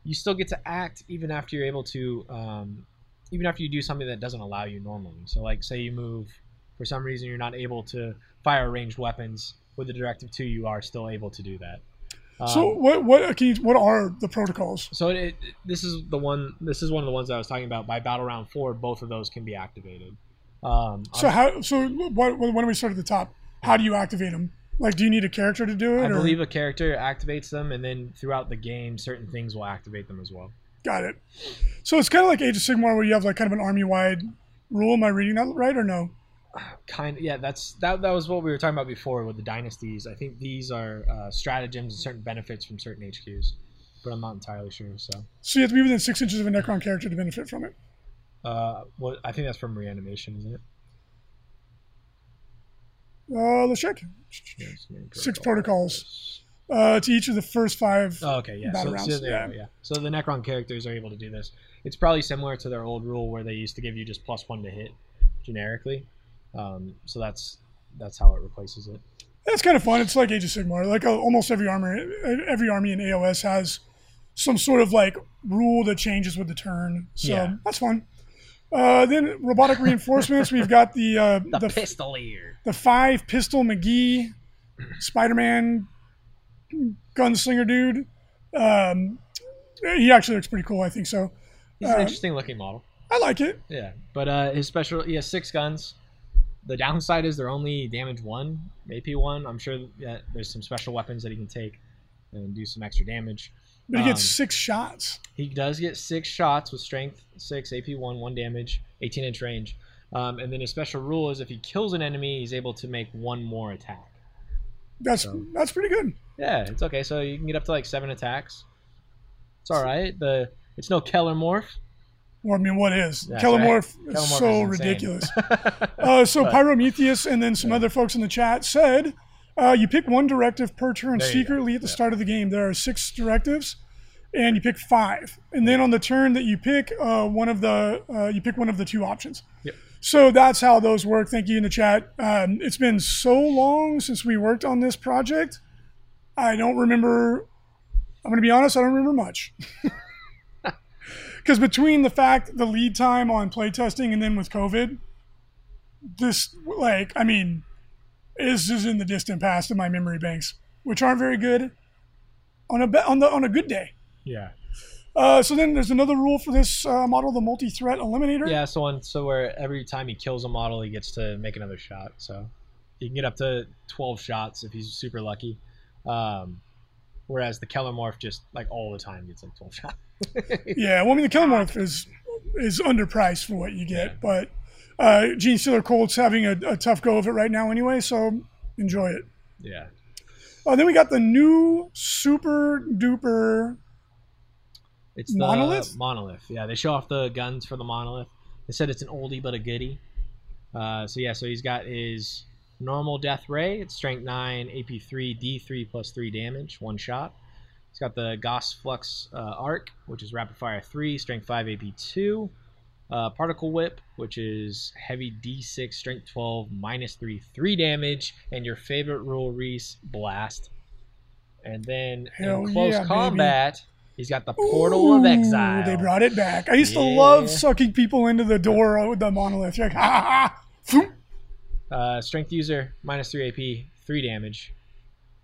you still get to act even after you're able to, um, even after you do something that doesn't allow you normally. So like say you move, for some reason you're not able to fire ranged weapons with the directive two, you are still able to do that. Um, so what what can you, what are the protocols? So it, it- this is the one. This is one of the ones I was talking about. By battle round four, both of those can be activated. Um, So how so what when we start at the top? How do you activate them? Like, do you need a character to do it? I or? believe a character activates them, and then throughout the game, certain things will activate them as well. Got it. So it's kind of like Age of Sigmar, where you have like kind of an army-wide rule. Am I reading that right or no? Kind of, yeah. That's that. That was what we were talking about before with the dynasties. I think these are uh, stratagems and certain benefits from certain HQs, but I'm not entirely sure. So, So you have to be within six inches of a Necron character to benefit from it. uh, well, I think that's from reanimation, isn't it? Uh, let's check. Yeah, it's from Six protocol. protocols uh, to each of the first five. Oh, okay, yeah. battle So, so rounds, they yeah. are, yeah. So the Necron characters are able to do this. It's probably similar to their old rule where they used to give you just plus one to hit generically. Um, so that's that's how it replaces it. That's kind of fun. It's like Age of Sigmar. Like uh, almost every armor, every army in AOS has some sort of like rule that changes with the turn. So Yeah. that's fun. Uh, then robotic reinforcements. We've got the uh, the The, pistolier. the five pistol McGee, Spider Man, gunslinger dude. Um, he actually looks pretty cool. I think so. He's an interesting looking model. I like it. Yeah, but uh, his special he has six guns. The downside is they're only damage one, AP one. I'm sure that there's some special weapons that he can take and do some extra damage. But he gets Um, six shots. He does get six shots with strength six, AP one, one damage, 18 inch range. Um, and then his special rule is if he kills an enemy, he's able to make one more attack. That's that's pretty good. Yeah, it's okay. So you can get up to like seven attacks. It's all right. The it's no Keller morph. Well, I mean, what is That's Kellamorph? Is right. Kellamorph is so insane. ridiculous. uh, so Pyrometheus and then some other folks in the chat said, uh, you pick one directive per turn There you go. secretly at the start of the game. There are six directives, and you pick five. And then on the turn that you pick, uh, one of the uh, you pick one of the two options. Yep. So that's how those work. Thank you in the chat. Um, it's been so long since we worked on this project. I don't remember. I'm going to be honest. I don't remember much. (laughs) Because between the fact the lead time on playtesting and then with COVID, this like I mean, this is in the distant past in my memory banks, which aren't very good on a be- on the on a good day. (laughs) Yeah. Uh, so then there's another rule for this uh, model, the multi-threat eliminator. Yeah. So on so where every time he kills a model, he gets to make another shot. So he can get up to 12 shots if he's super lucky. Um, whereas the Keller morph just like all the time gets like 12 (laughs) shots. Yeah, well, I mean, the Kilmorph is is underpriced for what you get, but uh, Gene Steeler Colt's having a, a tough go of it right now anyway, so enjoy it. Yeah. Uh, then we got the new super duper. It's the Monolith? monolith. Monolith. Yeah, they show off the guns for the monolith. They said it's an oldie but a goodie. Uh, so yeah, so he's got his normal death ray. It's strength nine, AP three, D three plus three damage, one shot. He's got the Goss Flux uh, arc, which is rapid fire three, strength five, AP two. Uh, particle whip, which is heavy D6, strength 12, minus three, three damage, and your favorite rule, Reese, blast. And then Hell in close yeah, baby. combat, He's got the portal of Ooh, exile. They brought it back. I used to Yeah. love sucking people into the door with the monolith. You're like, (laughs) ha ha ha. Phoom. uh, strength user minus three AP, three damage,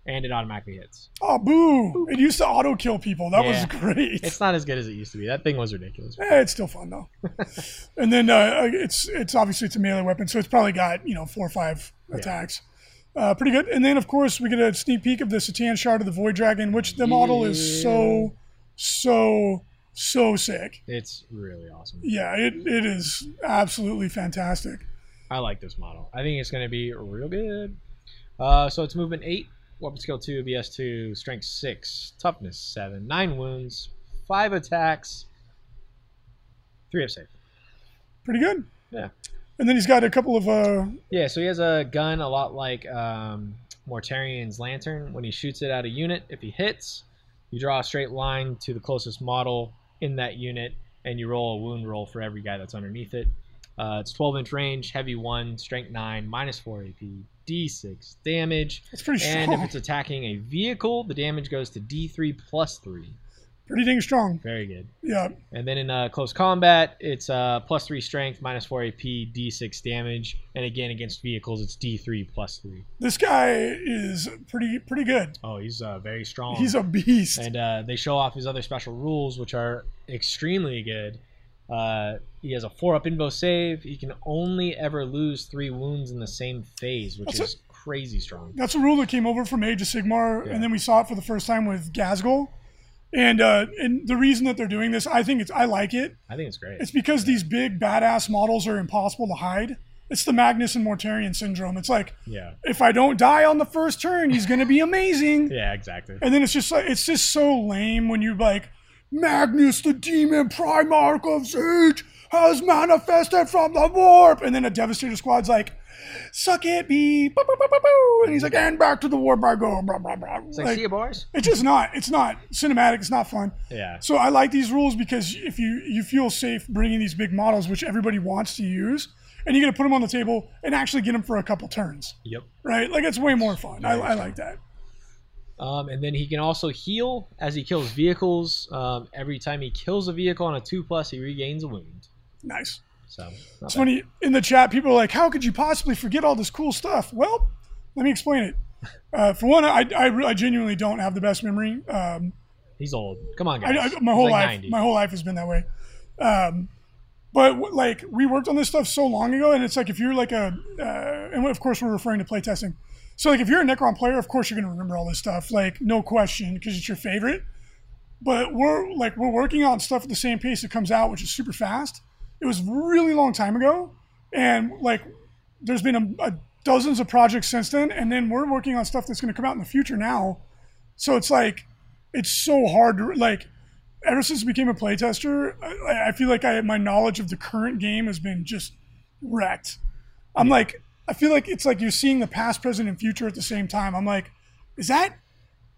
and it automatically hits. Oh, boo. It used to auto kill people. That Yeah. was great. It's not as good as it used to be. That thing was ridiculous. (laughs) Eh, it's still fun (laughs) though. and then uh, it's it's obviously it's a melee weapon, so it's probably got you know four or five attacks. Uh, pretty good. And then of course we get a sneak peek of the Satan Shard of the Void Dragon, which the model is so so so sick. It's really awesome. Yeah, it, it is absolutely fantastic. I like this model. I think it's going to be real good. Uh, so it's movement eight, weapon skill two, BS two, strength six, toughness seven, nine wounds, five attacks, three up save. Pretty good. Yeah. And then he's got a couple of uh, Yeah, so he has a gun a lot like um, Mortarian's Lantern. When he shoots it at a unit, if he hits, you draw a straight line to the closest model in that unit, and you roll a wound roll for every guy that's underneath it. Uh, it's 12 inch range, heavy 1, strength 9, minus 4 AP, D6 damage. That's pretty And strong. if it's attacking a vehicle, the damage goes to D3 plus 3. pretty dang strong. Very good. Yeah. And then in uh, close combat, it's uh, plus three strength, minus four AP, D6 damage, and again against vehicles, it's D3 plus three. This guy is pretty pretty good. Oh, he's uh, very strong. (laughs) He's a beast. and uh, they show off his other special rules, which are extremely good. Uh, he has a four up invo save. He can only ever lose three wounds in the same phase, which That's is crazy strong. That's a rule that came over from Age of Sigmar, Yeah. and then we saw it for the first time with Gazgul. And uh, and the reason that they're doing this, I think it's I like it. I think it's great. It's because these big badass models are impossible to hide. It's the Magnus and Mortarian syndrome. It's like yeah. if I don't die on the first turn, he's gonna be amazing. (laughs) (laughs) Yeah, exactly. And then it's just like it's just so lame when you like Magnus the demon primarch of Siege has manifested from the warp and then a devastator squad's like suck it be Bow, bow, bow, bow, bow. and he's like and back to the warp I go blah, blah, blah. It's like, see (laughs) you, boys. it's just not it's not cinematic it's not fun Yeah. so I like these rules because if you you feel safe bringing these big models which everybody wants to use and you're going to put them on the table and actually get them for a couple turns Yep. right like it's way more fun I, I like that Um, and then he can also heal as he kills vehicles. Um, every time he kills a vehicle on a two plus, he regains a wound. nice So not It's bad. funny in the chat. People are like, "How could you possibly forget all this cool stuff?" Well, let me explain (laughs) it. Uh, for one, I, I, re- I genuinely don't have the best memory. Um, he's old. Come on, I, guys. I, my He's whole like life, 90. my whole life has been that way. Um, but w- like we worked on this stuff so long ago, and it's like if you're like a, uh, and of course we're referring to playtesting. So like if you're a Necron player, of course you're gonna remember all this stuff, like no question, because it's your favorite. But we're like we're working on stuff at the same pace it comes out, which is super fast. It was a really long time ago, and like there's been a, a dozens of projects since then, and then we're working on stuff that's gonna come out in the future now. So it's like it's so hard to like ever since I became a playtester, I, I feel like I my knowledge of the current game has been just wrecked. I'm like, I feel like it's like you're seeing the past, present, and future at the same time. I'm like, is that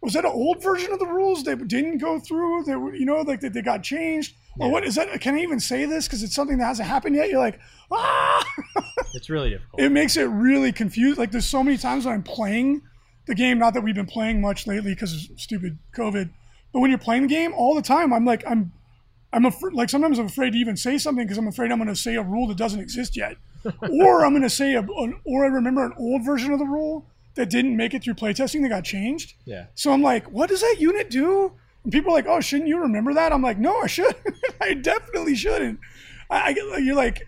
was that an old version of the rules that didn't go through? That were- you know, like that they got changed, or Yeah. what is that? Can I even say this because it's something that hasn't happened yet? You're like, ah, It's really difficult. it makes it really confused. Like there's so many times when I'm playing the game, not that we've been playing much lately because of stupid COVID, but when you're playing the game all the time, I'm like, I'm, I'm afraid, like sometimes I'm afraid to even say something because I'm afraid I'm going to say a rule that doesn't exist yet. or I'm going to say, a, an, or I remember an old version of the rule that didn't make it through playtesting that got changed. yeah. So I'm like, what does that unit do? And people are like, oh, shouldn't you remember that? I'm like, no, I should. (laughs) I definitely shouldn't. I, I get like- you're like,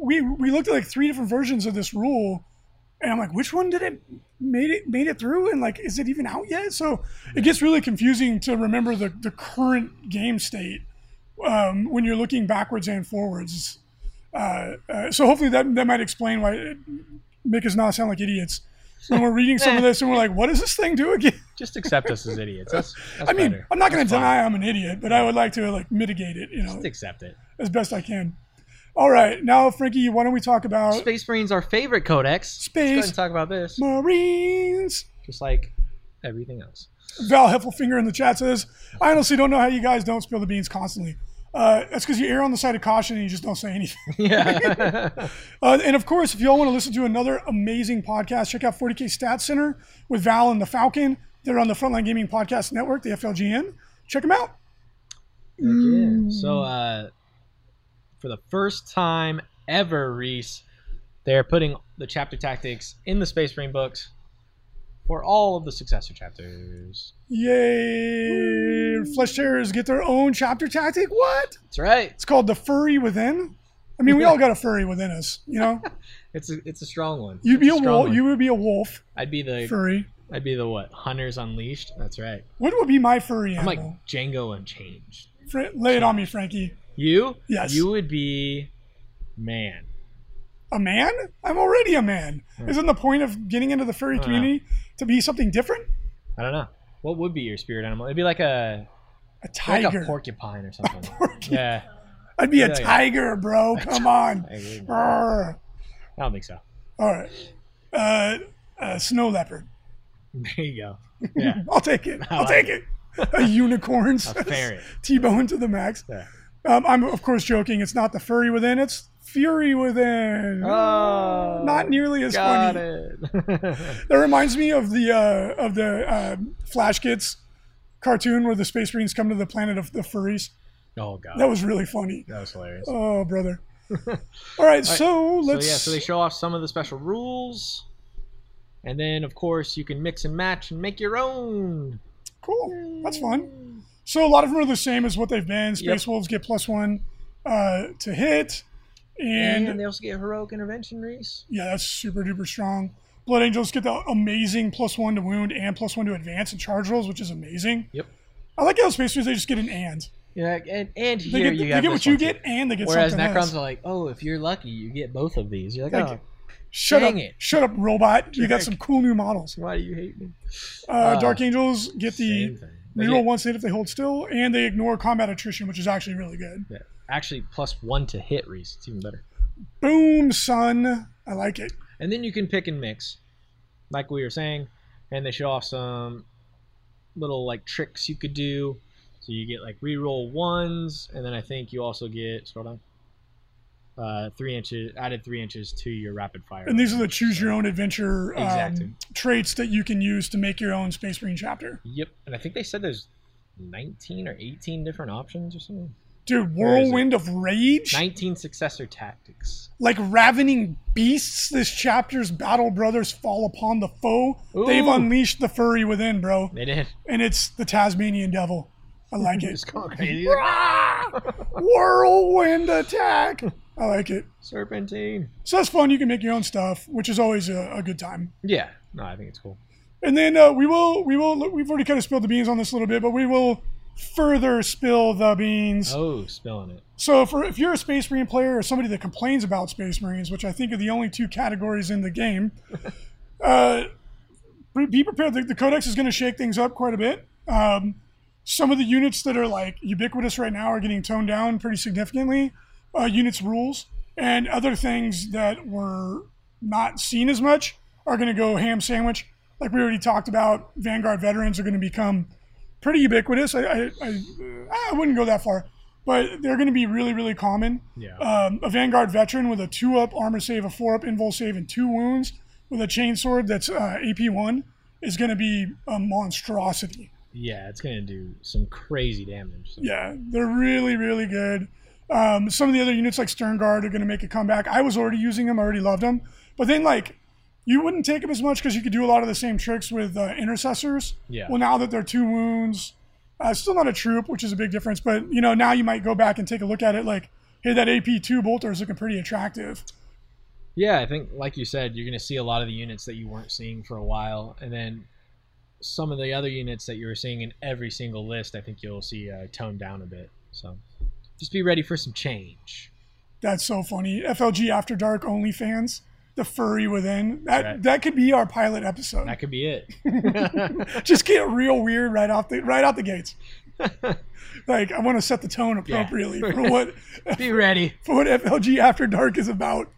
we we looked at like three different versions of this rule, and I'm like, which one did it made it made it through? And like, is it even out yet? So it gets really confusing to remember the the current game state um, when you're looking backwards and forwards. Uh, uh, so hopefully that that might explain why it, Mick is not sound like idiots when we're reading some of this and we're like, what does this thing do (laughs) again? Just accept us as idiots. (laughs) That's, that's I mean, better. I'm not going to That's fine. deny I'm an idiot, but I would like to like mitigate it, you know, Just accept it. as best I can. All right, now Frankie, why don't we talk about Space Marines, our favorite codex. Let's go ahead Space- and talk about this. Marines? Just like everything else. (laughs) Val Heffelfinger in the chat says, "I honestly don't know how you guys don't spill the beans constantly. Uh, that's because you err on the side of caution and you just don't say anything." (laughs) yeah. Uh, and of course, if y'all want to listen to another amazing podcast, check out 40K Stats Center with Val and the Falcon. They're on the Frontline Gaming Podcast Network, the FLGN. Check them out. Yeah. So, uh, for the first time ever, Reese, they're putting the chapter tactics in the Space Marine books for all of the successor chapters. Yay! Flesh Terrors get their own chapter tactic. What? That's right. It's called the Furry Within. I mean, we all got a furry within us, you know. (laughs) It's a, it's a strong one. You'd be It's a strong wolf. one. You would be a wolf I'd be the furry. I'd be the what? Hunters Unleashed. That's right. What would be my furry I'm like animal? Django Unchanged. Fra- lay it on me, Frankie. You? Yes. You would be man. A man? I'm already a man. Isn't the point of getting into the furry don't community to be something different? I don't know. What would be your spirit animal? It'd be like a A like tiger. a (laughs) porcupine or something. Porky. yeah. I'd be a Yeah, yeah. tiger, (laughs) bro. Come on. I agree. Arr. I don't think so. All right. Uh, uh, snow leopard. There you go. Yeah. I'll take it. I'll like take it. A unicorn. (laughs) (laughs) A ferret. T-bone to the max. Yeah. Um, I'm of course joking. It's not the furry within. It's fury within. Oh, not nearly as got funny. it. That reminds me of the uh, of the uh, Flash um, Kids cartoon where the space marines come to the planet of the furries. Oh god, That was really funny. that was hilarious. Oh, (laughs) brother. All right, so So let's. yeah, so they show off some of the special rules, and then of course you can mix and match and make your own. cool. That's fun. So a lot of them are the same as what they've been. Space Yep. Wolves get plus one uh, to hit, And, and, they also get heroic intervention, Reese. yeah, that's super duper strong. Blood Angels get the amazing plus one to wound and plus one to advance and charge rolls, which is amazing. Yep. I like how Space Marines they just get an and. Yeah, and and They here get, you they have get this what you one, too. get and they get Whereas something Necrons else. are like, oh, if you're lucky, you get both of these. You're like, Thank oh, Shut Dang up! it. Shut up, robot! You got Jerk. some cool new models. why do you hate me? Uh, Uh, Dark Angels get the Same thing. They reroll get- once hit if they hold still, and they ignore combat attrition, which is actually really good. yeah, actually, plus one to hit, Reese. It's even better. Boom, son! I like it. And then you can pick and mix, like we were saying, and they show off some little like tricks you could do. So you get like reroll ones, and then I think you also get scroll down, uh, three inches added three inches to your rapid fire. And these are the choose your own adventure um, Exactly. traits that you can use to make your own Space Marine chapter. Yep, and I think they said there's 19 or 18 different options or something. Dude, Where is it? Whirlwind of Rage, 19 successor tactics. like ravening beasts. This chapter's battle brothers fall upon the foe. They've Ooh. unleashed the furry within, bro, They did. (laughs) and it's the Tasmanian Devil. I like it. (laughs) It's gone crazy. (laughs) Whirlwind attack. I like it. Serpentine. So that's fun. You can make your own stuff, which is always a, a good time. Yeah. No, I think it's cool. And then uh, we will, we will, we've already kind of spilled the beans on this a little bit, but we will further spill the beans. Oh, spilling it. So for, if you're a Space Marine player or somebody that complains about Space Marines, which I think are the only two categories in the game, uh, be- be prepared. The, the Codex is going to shake things up quite a bit. Um, some of the units that are like ubiquitous right now are getting toned down pretty significantly. Uh, units rules and other things that were not seen as much are going to go ham sandwich. Like we already talked about, Vanguard veterans are going to become pretty ubiquitous. I, I, I, I wouldn't go that far, but they're going to be really, really common. Yeah. Um, a Vanguard veteran with a two up armor save, a four up invul save, and two wounds with a chainsword that's uh, AP one is going to be a monstrosity. yeah, it's gonna do some crazy damage. So. Yeah, they're really, really good. Um, some of the other units like Stern Guard are going to make a comeback. I was already using them, I already loved them. But then, like, you wouldn't take them as much because you could do a lot of the same tricks with uh, intercessors. Yeah. Well, now that they're two wounds, uh, still not a troop, which is a big difference. But you know, now you might go back and take a look at it. Like, hey, that AP two bolter is looking pretty attractive. Yeah, I think like you said, you're gonna see a lot of the units that you weren't seeing for a while, and then some of the other units that you were seeing in every single list. I think you'll see uh, toned down a bit. So just be ready for some change. That's so funny. FLG After Dark OnlyFans, the furry within. That Right. that could be our pilot episode. That could (laughs) be it. Just get real weird right off the right out the gates. like I want to set the tone appropriately for what be ready. for what FLG After Dark is about.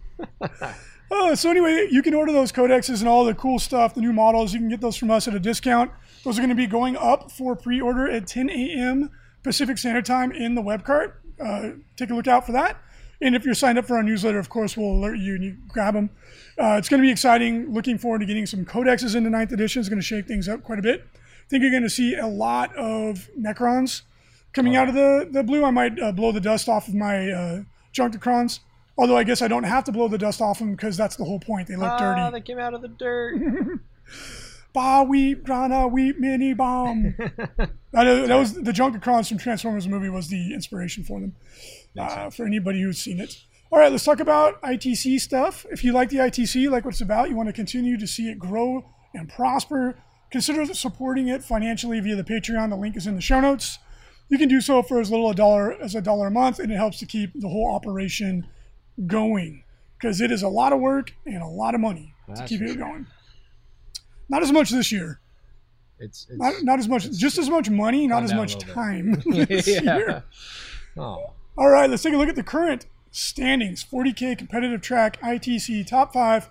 Uh, so anyway, you can order those codexes and all the cool stuff, the new models. You can get those from us at a discount. Those are going to be going up for pre-order at 10 a.m. Pacific Standard Time in the web cart. Uh, take a look out for that. And if you're signed up for our newsletter, of course, we'll alert you and you grab them. Uh, it's going to be exciting. Looking forward to getting some codexes into ninth edition. It's going to shake things up quite a bit. I think you're going to see a lot of Necrons coming out of the, the blue. I might uh, blow the dust off of my uh, Junkticrons. Although I guess I don't have to blow the dust off them because that's the whole point. They look Ah, dirty. they came out of the dirt. Bah weep, grana weep, mini bomb. that, is- that was the Junkticrons from Transformers movie was the inspiration for them. Uh, for anybody who's seen it. All right, let's talk about ITC stuff. If you like the ITC, like what it's about, you want to continue to see it grow and prosper, consider supporting it financially via the Patreon. The link is in the show notes. You can do so for as little a dollar as a dollar a month, and it helps to keep the whole operation going because it is a lot of work and a lot of money to That's keep for it sure. going. Not as much this year. It's, (laughs) Not, (laughs) it's not as much. Just as much money. Not gone as down a much little bit. time (laughs) (laughs) this year. yeah. Oh, All right, let's take a look at the current standings. 40K competitive track ITC top five.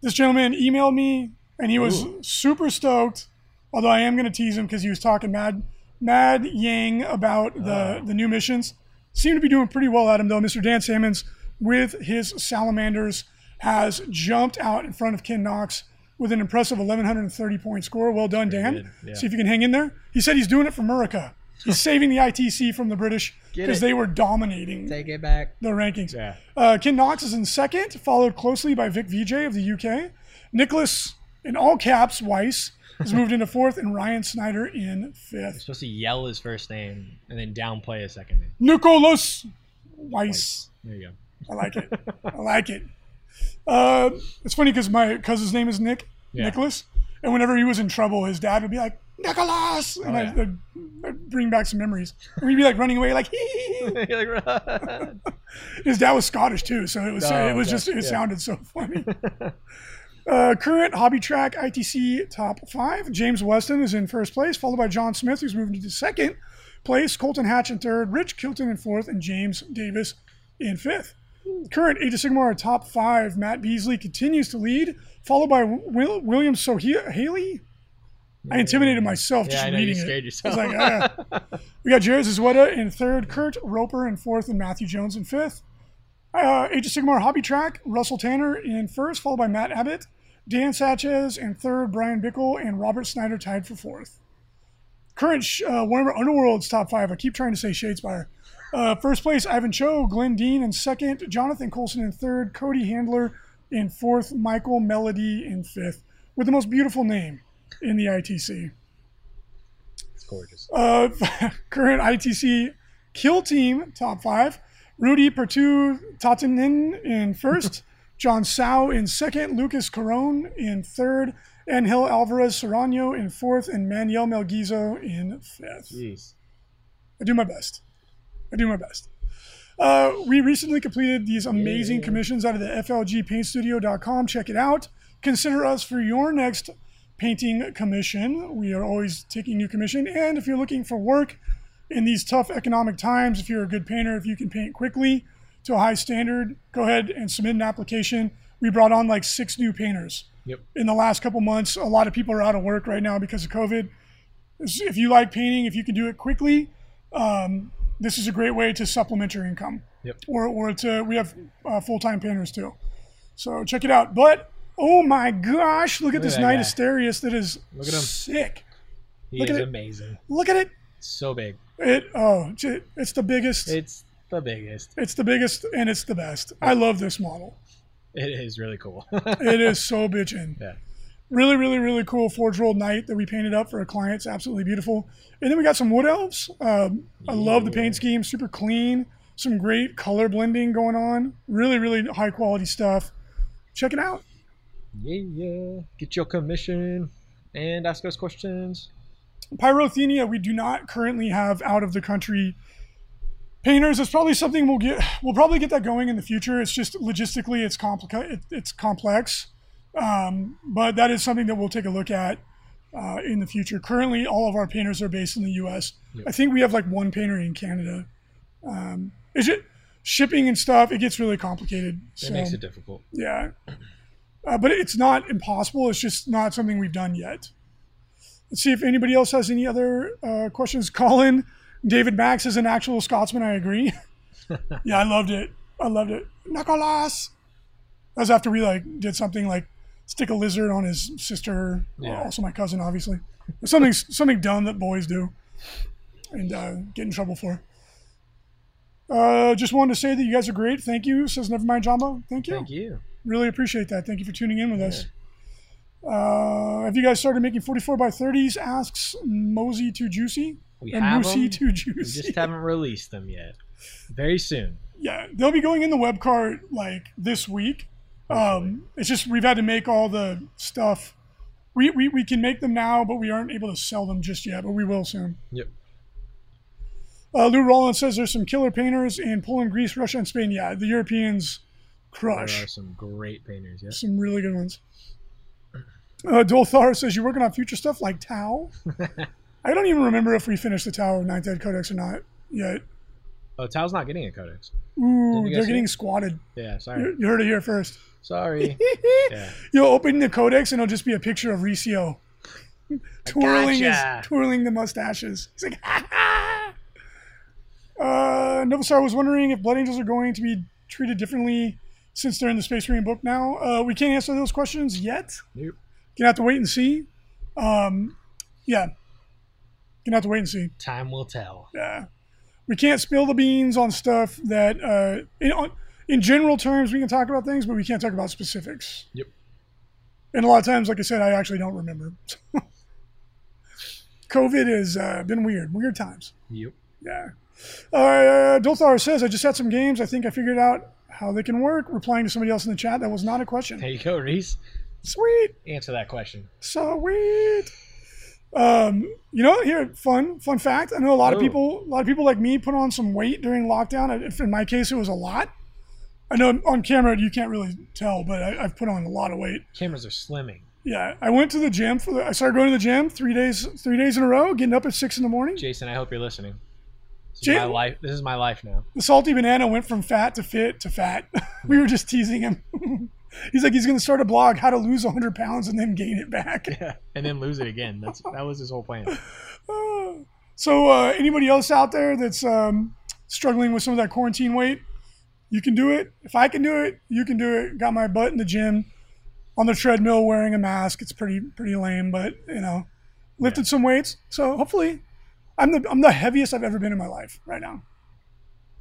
This gentleman emailed me and he was super stoked. Although I am going to tease him because he was talking mad, mad yang about the, Uh. the new missions. Seemed to be doing pretty well at him though. Mr. Dan Sammons with his salamanders has jumped out in front of Ken Knox with an impressive 1130 point score. Well done, Dan. good, yeah. See if you can hang in there. He said he's doing it for Murica. (laughs) He's saving the ITC from the British Get because it. they were dominating Take it back. the rankings. Yeah. Uh, Ken Knox is in second, followed closely by Vic Vijay of the UK. Nicholas, in all caps, Weiss, has (laughs) moved into fourth, and Ryan Snyder in fifth. Supposed to yell his first name and then downplay his second name. Nicholas Weiss. There you go. I like it. I like it. Uh, it's funny because my cousin's name is Nick, Yeah. Nicholas. And whenever he was in trouble, his dad would be like, Nicholas! And Oh, I yeah. would I'd bring back some memories. And we'd be like running away, like, (laughs) hee hee hee. You're (laughs) like, "Run." His dad was Scottish too, so it was Oh, it was okay. just it Yeah. sounded so (laughs) funny. uh, current hobby track ITC top five. James Weston is in first place, followed by John Smith, who's moved into second place. Colton Hatch in third, Rich Kilton in fourth, and James Davis in fifth. Current Age of Sigmar top five. Matt Beasley continues to lead, followed by Will, William Sohia Haley. I intimidated myself yeah, just I know you reading it. scared yourself. I was like, (laughs) We got Jared Zizweta in third, Kurt Roper in fourth, and Matthew Jones in fifth. Uh, Age of Sigmar Hobby Track, Russell Tanner in first, followed by Matt Abbott, Dan Satchez in third, Brian Bickle, and Robert Snyder tied for fourth. Current sh- uh, Warhammer Underworld's top five. I keep trying to say Shadespire. Uh, first place, Ivan Cho, Glenn Dean in second, Jonathan Colson in third, Cody Handler in fourth, Michael Melody in fifth, with the most beautiful name in the ITC. (laughs) it's gorgeous. Uh, (laughs) current ITC kill team top five. Rudy Pertu Tatanin in first. John Sau in second. Lucas Carone in third. Angel Alvarez Serrano in fourth. And Manuel Melguizo in fifth. Jeez. I do my best. I do my best. Uh, we recently completed these amazing commissions out of the flgpaintstudio.com. Check it out. Consider us for your next painting commission. We are always taking new commission. And if you're looking for work in these tough economic times, if you're a good painter, if you can paint quickly to a high standard, go ahead and submit an application. We brought on like six new painters Yep. in the last couple months. A lot of people are out of work right now because of COVID. If you like painting, if you can do it quickly, um, this is a great way to supplement your income. Yep. Or, or to, we have uh, full time painters too. So check it out. But oh my gosh, look at Look at this that night guy. asterius that is Look at him. sick. He Look is at it. amazing. Look at it. So big. It oh, j- it's the biggest. It's the biggest. it's the biggest and it's the best. I love this model. It is really cool. (laughs) It is so bitchin'. yeah. really, really, really cool forge rolled knight that we painted up for a client. It's absolutely beautiful. And then we got some wood elves. Um, I love the paint scheme, super clean, some great color blending going on. Really, really high quality stuff. Check it out. Yeah, yeah. Get your commission and ask us questions. Pyrothénia, we do not currently have out of the country painters. It's probably something we'll get. We'll probably get that going in the future. It's just logistically, it's complicated. It's complex, um, but that is something that we'll take a look at uh, in the future. Currently, all of our painters are based in the U.S. I think we have like one painter in Canada. Um, is it shipping and stuff? It gets really complicated. It so, makes it difficult. yeah. Uh, but it's not impossible. It's just not something we've done yet. Let's see if anybody else has any other uh, questions. Colin, David Max is an actual Scotsman. I agree. (laughs) yeah, I loved it. I loved it. Nicholas. That was after we like did something like stick a lizard on his sister, uh, Yeah. also my cousin, obviously. Something something dumb that boys do and uh, get in trouble for. Uh, just wanted to say that you guys are great. Thank you. Says Nevermind Jumbo. Thank you. Thank you. Really appreciate that. Thank you for tuning in with us. Uh, have you guys started making 44 by 30s? Asks Mosey Too Juicy. We and have Moosey them. Too We Juicy. (laughs) just haven't released them yet. Very soon. yeah, they'll be going in the web cart like this week. Um, it's just we've had to make all the stuff. We, we, we can make them now, but we aren't able to sell them just yet, but we will soon. Yep. Uh, Lou Rollins says there's some killer painters in Poland, Greece, Russia, and Spain. Yeah, the Europeans There crush. are some great painters. Yes. Some really good ones. Uh, Dolthar says you're working on future stuff like (laughs) Tau. I don't even remember if we finished the Tau of Ninth Ed Codex or not yet. Oh, Tao's not getting a codex. Ooh, you guys they're see getting it? squatted. Yeah. (laughs) Sorry. You you heard it here first. (laughs) Sorry. Yeah. You'll open the Codex and it'll just be a picture of Riccio twirling gotcha. his, twirling the mustaches. He's like, (laughs) ha ha. Uh, Novastar was wondering if Blood Angels are going to be treated differently since they're in the Space Marine book now. Uh, we can't answer those questions yet. Nope. Gonna have to wait and see. Um, yeah. Gonna have to wait and see. Time will tell. Yeah. We can't spill the beans on stuff that, uh, in, on, in general terms, we can talk about things, but we can't talk about specifics. Yep. And a lot of times, like I said, I actually don't remember. (laughs) COVID has uh, been weird, weird times. Yep. Yeah. Uh, Dolthar says, I just had some games. I think I figured out how they can work. Replying to somebody else in the chat, that was not a question. There you go, Reese. Sweet. Answer that question. Sweet. Um, you know, here, fun, fun fact. I know a lot of Oh. people, a lot of people like me put on some weight during lockdown. I- If in my case, it was a lot. I know on camera you can't really tell, but I, I've put on a lot of weight. Cameras are slimming. Yeah, I went to the gym for the. I started going to the gym three days, three days in a row, getting up at six in the morning. Jason, I hope you're listening. This is Jay- my life. This is my life now. The salty banana went from fat to fit to fat. (laughs) we were just teasing him. (laughs) he's like, he's going to start a blog, how to lose 100 pounds and then gain it back. (laughs) and then lose it again. That's that was his (laughs) whole plan. So, uh, anybody else out there that's um, struggling with some of that quarantine weight, you can do it. If I can do it, you can do it. Got my butt in the gym, on the treadmill, wearing a mask. It's pretty pretty lame, but you know, lifted some weights. So hopefully, I'm the I'm the heaviest I've ever been in my life right now.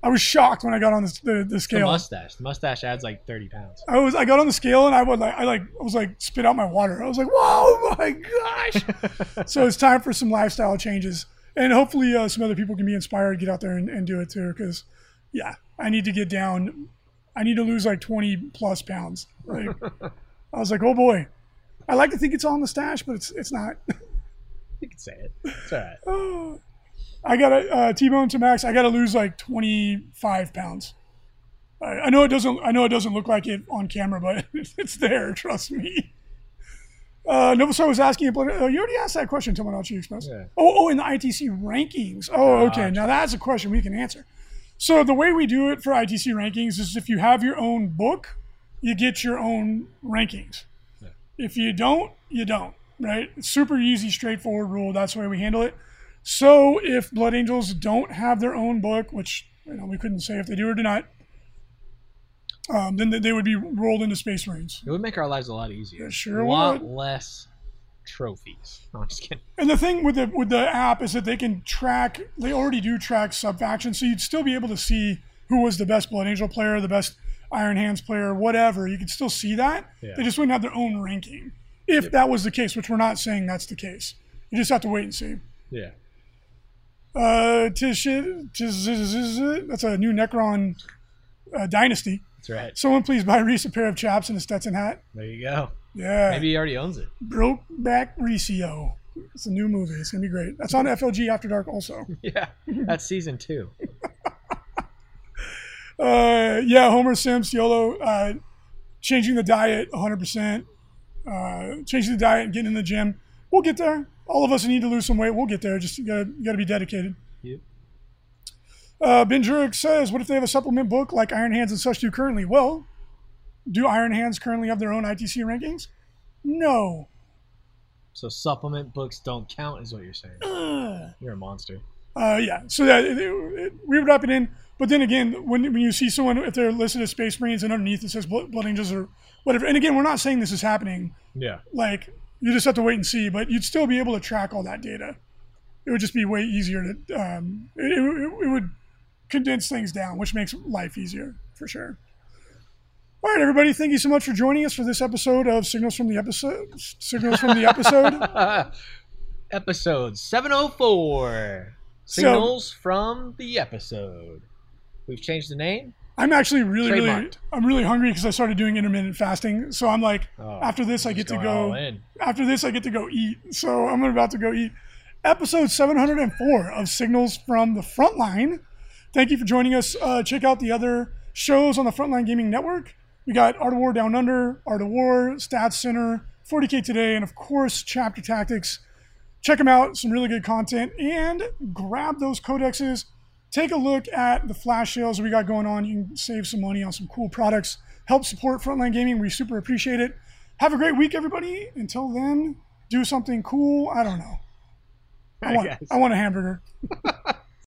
I was shocked when I got on the, the, the The scale. mustache. The mustache adds like 30 pounds. I was I got on the scale and I would like I like I was like spit out my water. I was like, whoa my gosh. so it's time for some lifestyle changes. And hopefully uh, some other people can be inspired, get out there and, and do it too. Cause yeah, I need to get down I need to lose like twenty plus pounds. Like I was like, oh boy. I like to think it's all in the stash, but it's it's not. You can say it. It's all right. I gotta uh, T-bone to Max. I gotta lose like 25 pounds. I, I know it doesn't. I know it doesn't look like it on camera, but (laughs) it's there. Trust me. Uh, Novastar was asking. Uh, you already asked that question, Tomodachi Express. Yeah. Oh, oh, in the ITC rankings. Oh, okay. Now that's a question we can answer. So the way we do it for ITC rankings is if you have your own book, you get your own rankings. If you don't, you don't. Right? It's super easy, straightforward rule. That's the way we handle it. So if Blood Angels don't have their own book, which you know we couldn't say if they do or do not, um, then they- they would be rolled into Space Marines. It would make our lives a lot easier. It sure a lot would. less trophies. (laughs) No, I'm just kidding. And the thing with the with the app is that they can track. They already do track sub factions, so you'd still be able to see who was the best Blood Angel player, the best Iron Hands player, whatever. You could still see that. Yeah. They just wouldn't have their own ranking if that was the case, which we're not saying that's the case. You just have to wait and see. Yeah. Uh, tish, tish, that's a new Necron uh, dynasty. That's right. Someone please buy Reese a pair of chaps and a Stetson hat. There you go. Yeah. Maybe he already (laughs) owns it. Broke Back Recio. It's a new movie. It's gonna be great. That's on FLG After Dark also. Yeah. That's season two. Uh, yeah, Homer Sims, YOLO, uh, changing the diet 100%. Uh, changing the diet and getting in the gym. We'll get there. All of us need to lose some weight. We'll get there. Just you gotta, you gotta be dedicated. Yep. Uh, ben Jurek says, what if they have a supplement book like Iron Hands and such do currently? Well, do Iron Hands currently have their own ITC rankings? No. So supplement books don't count, is what you're saying. You're a monster. Uh, yeah, so that it, it, we would wrap it in. But then again, when, when you see someone, if they're listed as Space Marines and underneath it says Blood, Blood Angels or whatever, and again, we're not saying this is happening. Yeah. Like, you just have to wait and see, but you'd still be able to track all that data. It would just be way easier to, um, it, it, it would condense things down, which makes life easier for sure. All right, everybody, thank you so much for joining us for this episode of Signals from the Episode. Signals from the Episode. (laughs) episode 704 So- signals from the episode we've changed the name I'm actually really, really, Trademarked. I'm really hungry because I started doing intermittent fasting. So I'm like, Oh, after this, I get Just to going all go. in. After this, I get to go eat. So I'm about to go eat. Episode 704 of Signals from the Frontline. Thank you for joining us. Uh, check out the other shows on the Frontline Gaming Network. We got Art of War Down Under, Art of War, Stats Center, 40K Today, and of course, Chapter Tactics. Check them out, some really good content, and grab those codexes. Take a look at the flash sales we got going on. You can save some money on some cool products. Help support Frontline Gaming. We super appreciate it. Have a great week, everybody. Until then, do something cool. (laughs) I don't know. I want, guess. I want a hamburger.